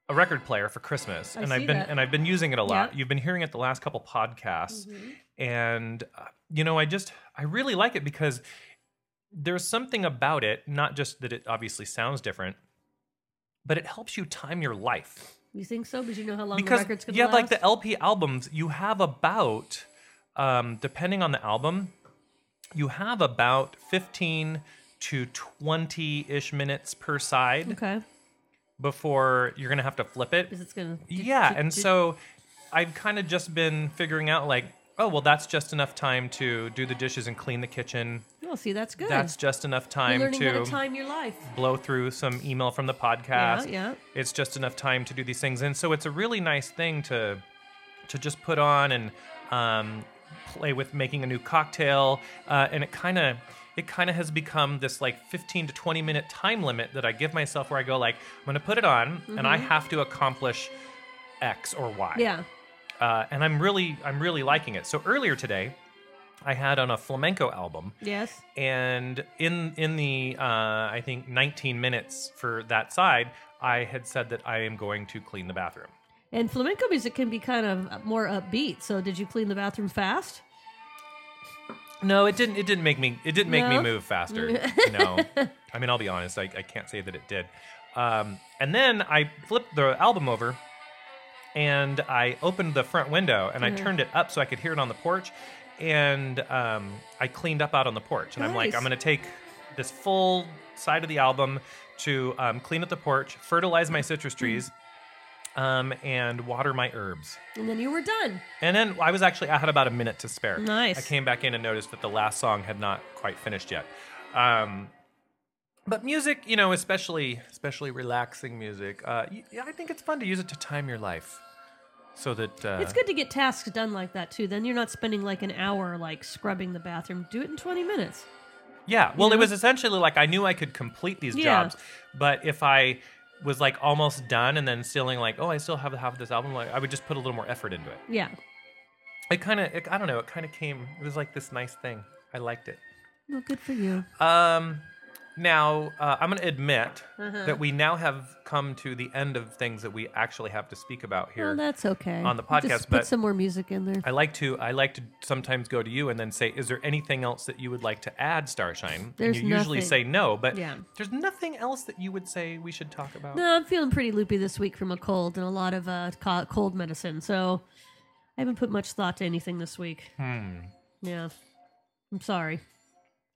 [SPEAKER 1] a record player for Christmas,
[SPEAKER 2] I
[SPEAKER 1] and
[SPEAKER 2] see
[SPEAKER 1] I've been
[SPEAKER 2] that.
[SPEAKER 1] and I've been using it a lot.
[SPEAKER 2] Yeah.
[SPEAKER 1] You've been hearing it the last couple podcasts,
[SPEAKER 2] Mm-hmm.
[SPEAKER 1] and uh, you know, I just I really like it because there's something about it, not just that it obviously sounds different, but it helps you time your life
[SPEAKER 2] You think so? Because you know how long
[SPEAKER 1] because
[SPEAKER 2] the record's gonna
[SPEAKER 1] yeah,
[SPEAKER 2] last?
[SPEAKER 1] like the LP albums, you have about, um, depending on the album, you have about fifteen to twenty ish minutes per side
[SPEAKER 2] Okay.
[SPEAKER 1] before you're gonna have to flip it.
[SPEAKER 2] Because it's gonna
[SPEAKER 1] Yeah, and so I've kind of just been figuring out like, oh well, that's just enough time to do the dishes and clean the kitchen.
[SPEAKER 2] Oh see that's good.
[SPEAKER 1] That's just enough
[SPEAKER 2] You're
[SPEAKER 1] time
[SPEAKER 2] learning
[SPEAKER 1] to.
[SPEAKER 2] how to time your life.
[SPEAKER 1] Blow through some email from the podcast.
[SPEAKER 2] yeah.
[SPEAKER 1] It's just enough time to do these things, and so it's a really nice thing to to just put on and um, play with making a new cocktail uh, and it kind of it kind of has become this like 15 to 20 minute time limit that i give myself where i go like i'm gonna put it on and i have to accomplish x or y
[SPEAKER 2] Mm-hmm. Yeah.
[SPEAKER 1] uh, and i'm really i'm really liking it so earlier today i had on a flamenco album
[SPEAKER 2] Yes.
[SPEAKER 1] and in in the uh, i think 19 minutes for that side i had said that i am going to clean the bathroom
[SPEAKER 2] And flamenco music can be kind of more upbeat. So did you clean the bathroom fast?
[SPEAKER 1] No, it didn't. It didn't make me. It didn't make me
[SPEAKER 2] No?
[SPEAKER 1] move
[SPEAKER 2] (laughs)
[SPEAKER 1] faster. no, I mean I'll be honest. I, I can't say that it did. Um, and then I flipped the album over, and I opened the front window and I
[SPEAKER 2] Mm-hmm.
[SPEAKER 1] turned it up so I could hear it on the porch, and um, I cleaned up out on the porch. And I'm like,
[SPEAKER 2] Nice.
[SPEAKER 1] I'm gonna take this full side of the album to um, clean up the porch, fertilize my
[SPEAKER 2] Mm.
[SPEAKER 1] citrus trees, um, and water my herbs.
[SPEAKER 2] And then you were done.
[SPEAKER 1] And then I was actually I had about a minute to spare.
[SPEAKER 2] Nice.
[SPEAKER 1] I came back in and noticed that the last song had not quite finished yet. Um, but music, you know, especially especially relaxing music, uh, y- yeah, I think it's fun to use it to time your life, so that uh,
[SPEAKER 2] It's good to get tasks done like that too. Then you're not spending like an hour like scrubbing the bathroom. Do it in 20 minutes.
[SPEAKER 1] Yeah. Well, it was essentially like I knew I could complete these
[SPEAKER 2] Yeah.
[SPEAKER 1] jobs, but if I was like almost done and then feeling like, oh, I still have half of this album, like I would just put a little more effort into it.
[SPEAKER 2] Yeah.
[SPEAKER 1] It kind of, I don't know, it kind of came. It was like this nice thing. I liked it.
[SPEAKER 2] Well, good for you.
[SPEAKER 1] Um, now uh, I'm going to admit
[SPEAKER 2] Mm-hmm.
[SPEAKER 1] that we now have come to the end of things that we actually have to speak about here.
[SPEAKER 2] Well, that's okay.
[SPEAKER 1] on the podcast,
[SPEAKER 2] Just
[SPEAKER 1] but-
[SPEAKER 2] put some more music in there.
[SPEAKER 1] I like to I like to sometimes go to you and then say, "Is there anything else that you would like to add, Starshine?"
[SPEAKER 2] There's
[SPEAKER 1] and you usually
[SPEAKER 2] nothing.
[SPEAKER 1] say no, but
[SPEAKER 2] Yeah.
[SPEAKER 1] there's nothing else that you would say we should talk about.
[SPEAKER 2] No, I'm feeling pretty loopy this week from a cold and a lot of uh, co- cold medicine. So I haven't put much thought to anything this week. Hmm. Yeah. I'm sorry.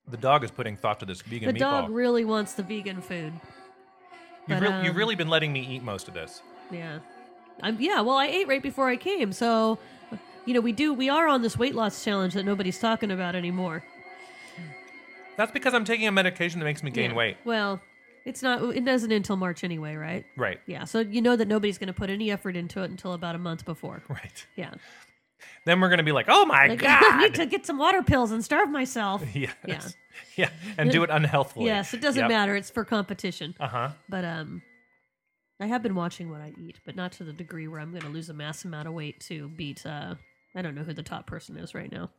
[SPEAKER 1] The dog is putting thought to this vegan
[SPEAKER 2] The
[SPEAKER 1] meatball.
[SPEAKER 2] dog really wants the vegan food.
[SPEAKER 1] you've,
[SPEAKER 2] but,
[SPEAKER 1] real- you've
[SPEAKER 2] um,
[SPEAKER 1] really been letting me eat most of this.
[SPEAKER 2] Yeah. I'm, yeah, well, I ate right before I came. So, you know, we do, we are on this weight loss challenge that nobody's talking about anymore.
[SPEAKER 1] That's because I'm taking a medication that makes me gain
[SPEAKER 2] Yeah.
[SPEAKER 1] weight.
[SPEAKER 2] Well, it's not, it doesn't until March anyway, right?
[SPEAKER 1] Right.
[SPEAKER 2] Yeah. So you know that nobody's going to put any effort into it until about a month before.
[SPEAKER 1] Right.
[SPEAKER 2] Yeah.
[SPEAKER 1] Then we're going to be like, "Oh my
[SPEAKER 2] Like, (laughs) I need
[SPEAKER 1] god."
[SPEAKER 2] to get some water pills and starve myself.
[SPEAKER 1] (laughs) yes.
[SPEAKER 2] Yeah.
[SPEAKER 1] Yeah, and do it unhealthily.
[SPEAKER 2] Yes, it doesn't
[SPEAKER 1] Yep. Uh.
[SPEAKER 2] matter. It's for competition.
[SPEAKER 1] Uh-huh.
[SPEAKER 2] But um, I have been watching what I eat, but not to the degree where I'm going to lose a mass amount of weight to beat. Uh, I don't know who the top person is right now.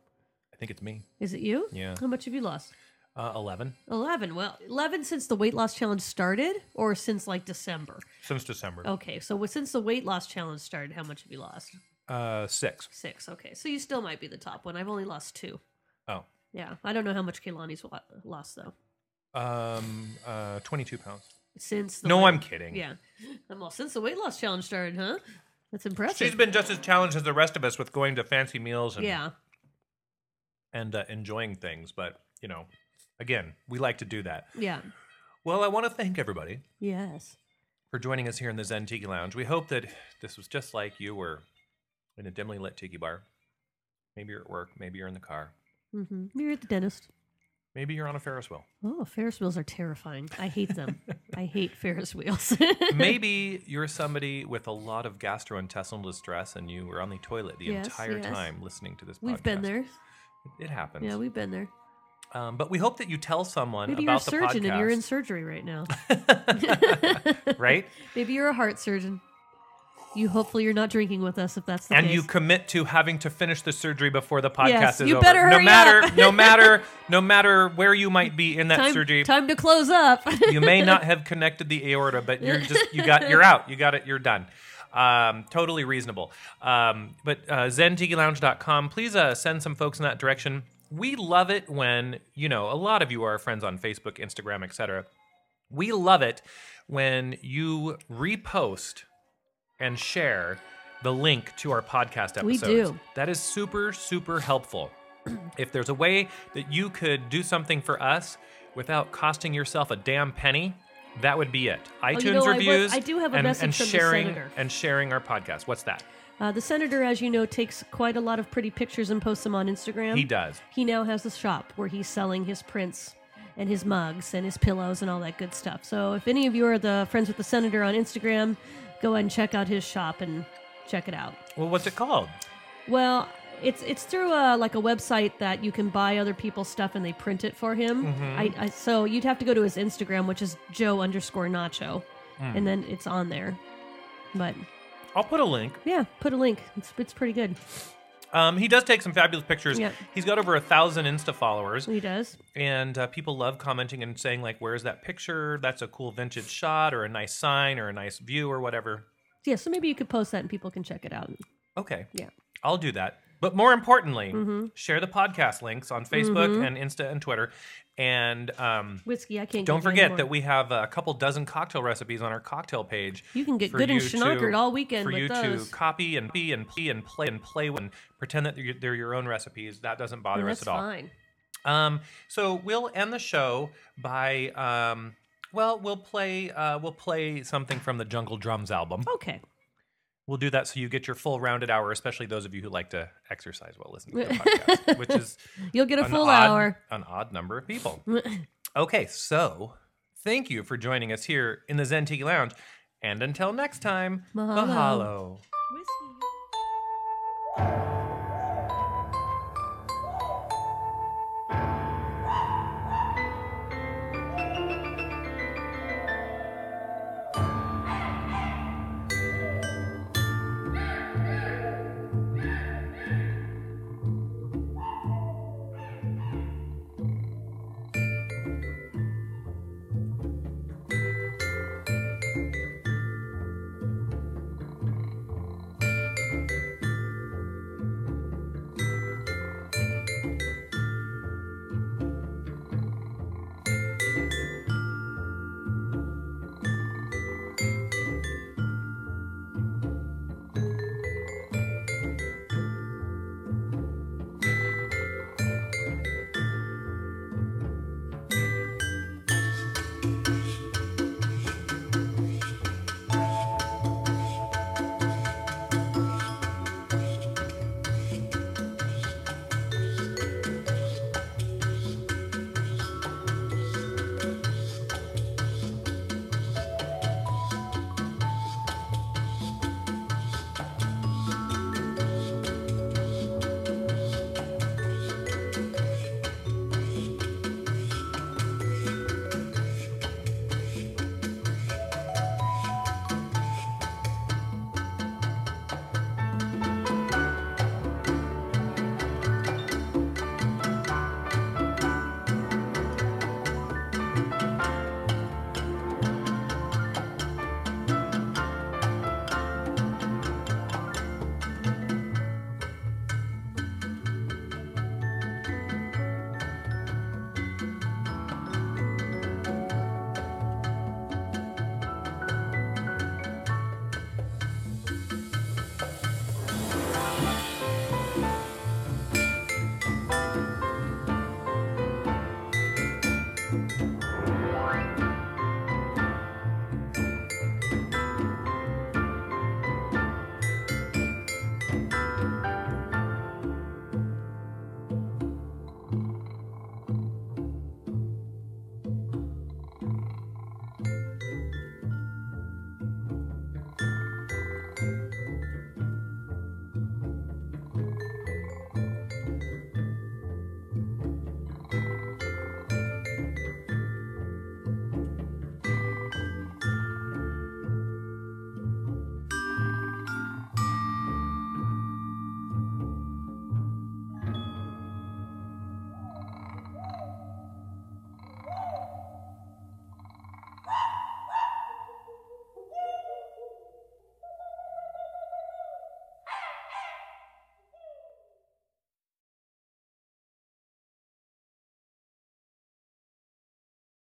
[SPEAKER 1] I think it's me.
[SPEAKER 2] Is it you?
[SPEAKER 1] Yeah.
[SPEAKER 2] How much have you lost?
[SPEAKER 1] Uh, 11
[SPEAKER 2] Eleven. Well, eleven since the weight loss challenge started, or since like December.
[SPEAKER 1] since December.
[SPEAKER 2] Okay, so what- since the weight loss challenge started, how much have you lost?
[SPEAKER 1] Uh, six.
[SPEAKER 2] Six. Okay, so you still might be the top one. I've only lost two.
[SPEAKER 1] Oh.
[SPEAKER 2] Yeah, I don't know how much Kaylani's wa- lost though.
[SPEAKER 1] Um, uh, 22 pounds.
[SPEAKER 2] Since the
[SPEAKER 1] No,
[SPEAKER 2] weight-
[SPEAKER 1] I'm kidding.
[SPEAKER 2] Yeah. Um, well, since the weight loss challenge started, huh? That's impressive.
[SPEAKER 1] She's been just as challenged as the rest of us with going to fancy meals and
[SPEAKER 2] yeah.
[SPEAKER 1] and uh, enjoying things. But you know, again, we like to do that.
[SPEAKER 2] Yeah.
[SPEAKER 1] Well, I want to thank everybody
[SPEAKER 2] Yes.
[SPEAKER 1] for joining us here in the Zen Tiki Lounge. We hope that this was just like you were in a dimly lit tiki bar. Maybe you're at work. Maybe you're in the car.
[SPEAKER 2] Mm-hmm. You're at the dentist.
[SPEAKER 1] Maybe you're on a Ferris wheel.
[SPEAKER 2] Oh, Ferris wheels are terrifying. I
[SPEAKER 1] (laughs)
[SPEAKER 2] hate them. I hate Ferris wheels. (laughs)
[SPEAKER 1] Maybe you're somebody with a lot of gastrointestinal distress and you were on the toilet the
[SPEAKER 2] Yes,
[SPEAKER 1] entire
[SPEAKER 2] yes.
[SPEAKER 1] time listening to this podcast.
[SPEAKER 2] We've been there.
[SPEAKER 1] It happens.
[SPEAKER 2] Yeah, we've been there.
[SPEAKER 1] um, but we hope that you tell someone
[SPEAKER 2] Maybe you're a
[SPEAKER 1] about the
[SPEAKER 2] surgeon
[SPEAKER 1] podcast.
[SPEAKER 2] and you're in surgery right
[SPEAKER 1] (laughs)
[SPEAKER 2] now. (laughs)
[SPEAKER 1] right?
[SPEAKER 2] Maybe you're a heart surgeon. You hopefully you're not drinking with us if that's the
[SPEAKER 1] and
[SPEAKER 2] case.
[SPEAKER 1] you commit to having to finish the surgery before the podcast
[SPEAKER 2] Yes,
[SPEAKER 1] is
[SPEAKER 2] you
[SPEAKER 1] over.
[SPEAKER 2] better
[SPEAKER 1] no
[SPEAKER 2] hurry
[SPEAKER 1] matter
[SPEAKER 2] up.
[SPEAKER 1] no
[SPEAKER 2] (laughs)
[SPEAKER 1] matter no matter where you might be in that
[SPEAKER 2] time,
[SPEAKER 1] surgery,
[SPEAKER 2] time to close up. (laughs)
[SPEAKER 1] you may not have connected the aorta, but you're just you got you're out. You got it, you're done. Um, totally reasonable. Um, but uh zentikilounge.com, please uh, send some folks in that direction. We love it when, you know, a lot of you are our friends on Facebook, Instagram, etc. We love it when you repost and share the link to our podcast episodes.
[SPEAKER 2] We do.
[SPEAKER 1] That is super, super helpful. (clears throat) if there's a way that you could do something for us without costing yourself a damn penny, that would be it. iTunes
[SPEAKER 2] Oh, know, I was-
[SPEAKER 1] reviews.
[SPEAKER 2] I do have a
[SPEAKER 1] and,
[SPEAKER 2] message
[SPEAKER 1] and
[SPEAKER 2] from the
[SPEAKER 1] sharing
[SPEAKER 2] senator.
[SPEAKER 1] and sharing our podcast. What's that?
[SPEAKER 2] Uh, the senator, as you know, takes quite a lot of pretty pictures and posts them on Instagram.
[SPEAKER 1] He does.
[SPEAKER 2] He now has a shop where he's selling his prints and his mugs and his pillows and all that good stuff. So if any of you are the friends with the senator on Instagram, go ahead and check out his shop and check it out.
[SPEAKER 1] Well, what's it called?
[SPEAKER 2] Well, it's it's through a like a website that you can buy other people's stuff and they print it for him.
[SPEAKER 1] Mm-hmm.
[SPEAKER 2] I, I so you'd have to go to his Instagram, which is Joe underscore Nacho,
[SPEAKER 1] Hmm.
[SPEAKER 2] and then it's on there. But
[SPEAKER 1] I'll put a link.
[SPEAKER 2] yeah, put a link. It's it's pretty good.
[SPEAKER 1] Um, he does take some fabulous pictures.
[SPEAKER 2] Yeah.
[SPEAKER 1] He's got over a thousand Insta followers.
[SPEAKER 2] He does.
[SPEAKER 1] and uh, people love commenting and saying like where's that picture that's a cool vintage shot or a nice sign or a nice view or whatever
[SPEAKER 2] Yeah, so maybe you could post that and people can check it out.
[SPEAKER 1] okay
[SPEAKER 2] Yeah. Mm-hmm.
[SPEAKER 1] i'll do that but more importantly share the podcast links on facebook and insta and twitter and um,
[SPEAKER 2] Whiskey, I can't.
[SPEAKER 1] don't
[SPEAKER 2] give you
[SPEAKER 1] forget
[SPEAKER 2] anymore.
[SPEAKER 1] that we have a couple dozen cocktail recipes on our cocktail page
[SPEAKER 2] You can get
[SPEAKER 1] for
[SPEAKER 2] good and
[SPEAKER 1] you to-
[SPEAKER 2] schnockered all weekend
[SPEAKER 1] for
[SPEAKER 2] with
[SPEAKER 1] you
[SPEAKER 2] those.
[SPEAKER 1] to copy and be and play and play and play and pretend that they're your, they're your own recipes that doesn't bother
[SPEAKER 2] that's
[SPEAKER 1] us at all
[SPEAKER 2] fine.
[SPEAKER 1] Um, so we'll end the show by um, well, we'll play uh, we'll play something from the Jungle Drums album.
[SPEAKER 2] Okay.
[SPEAKER 1] We'll do that so you get your full rounded hour, especially those of you who like to exercise while listening to the
[SPEAKER 2] (laughs)
[SPEAKER 1] podcast, which is
[SPEAKER 2] You'll get a
[SPEAKER 1] an
[SPEAKER 2] full
[SPEAKER 1] odd-
[SPEAKER 2] hour.
[SPEAKER 1] an odd number of
[SPEAKER 2] (laughs)
[SPEAKER 1] people. okay, so thank you for joining us here in the Zen Tiki Lounge, and until next time,
[SPEAKER 2] Mahalo.
[SPEAKER 1] mahalo.
[SPEAKER 2] Whiskey.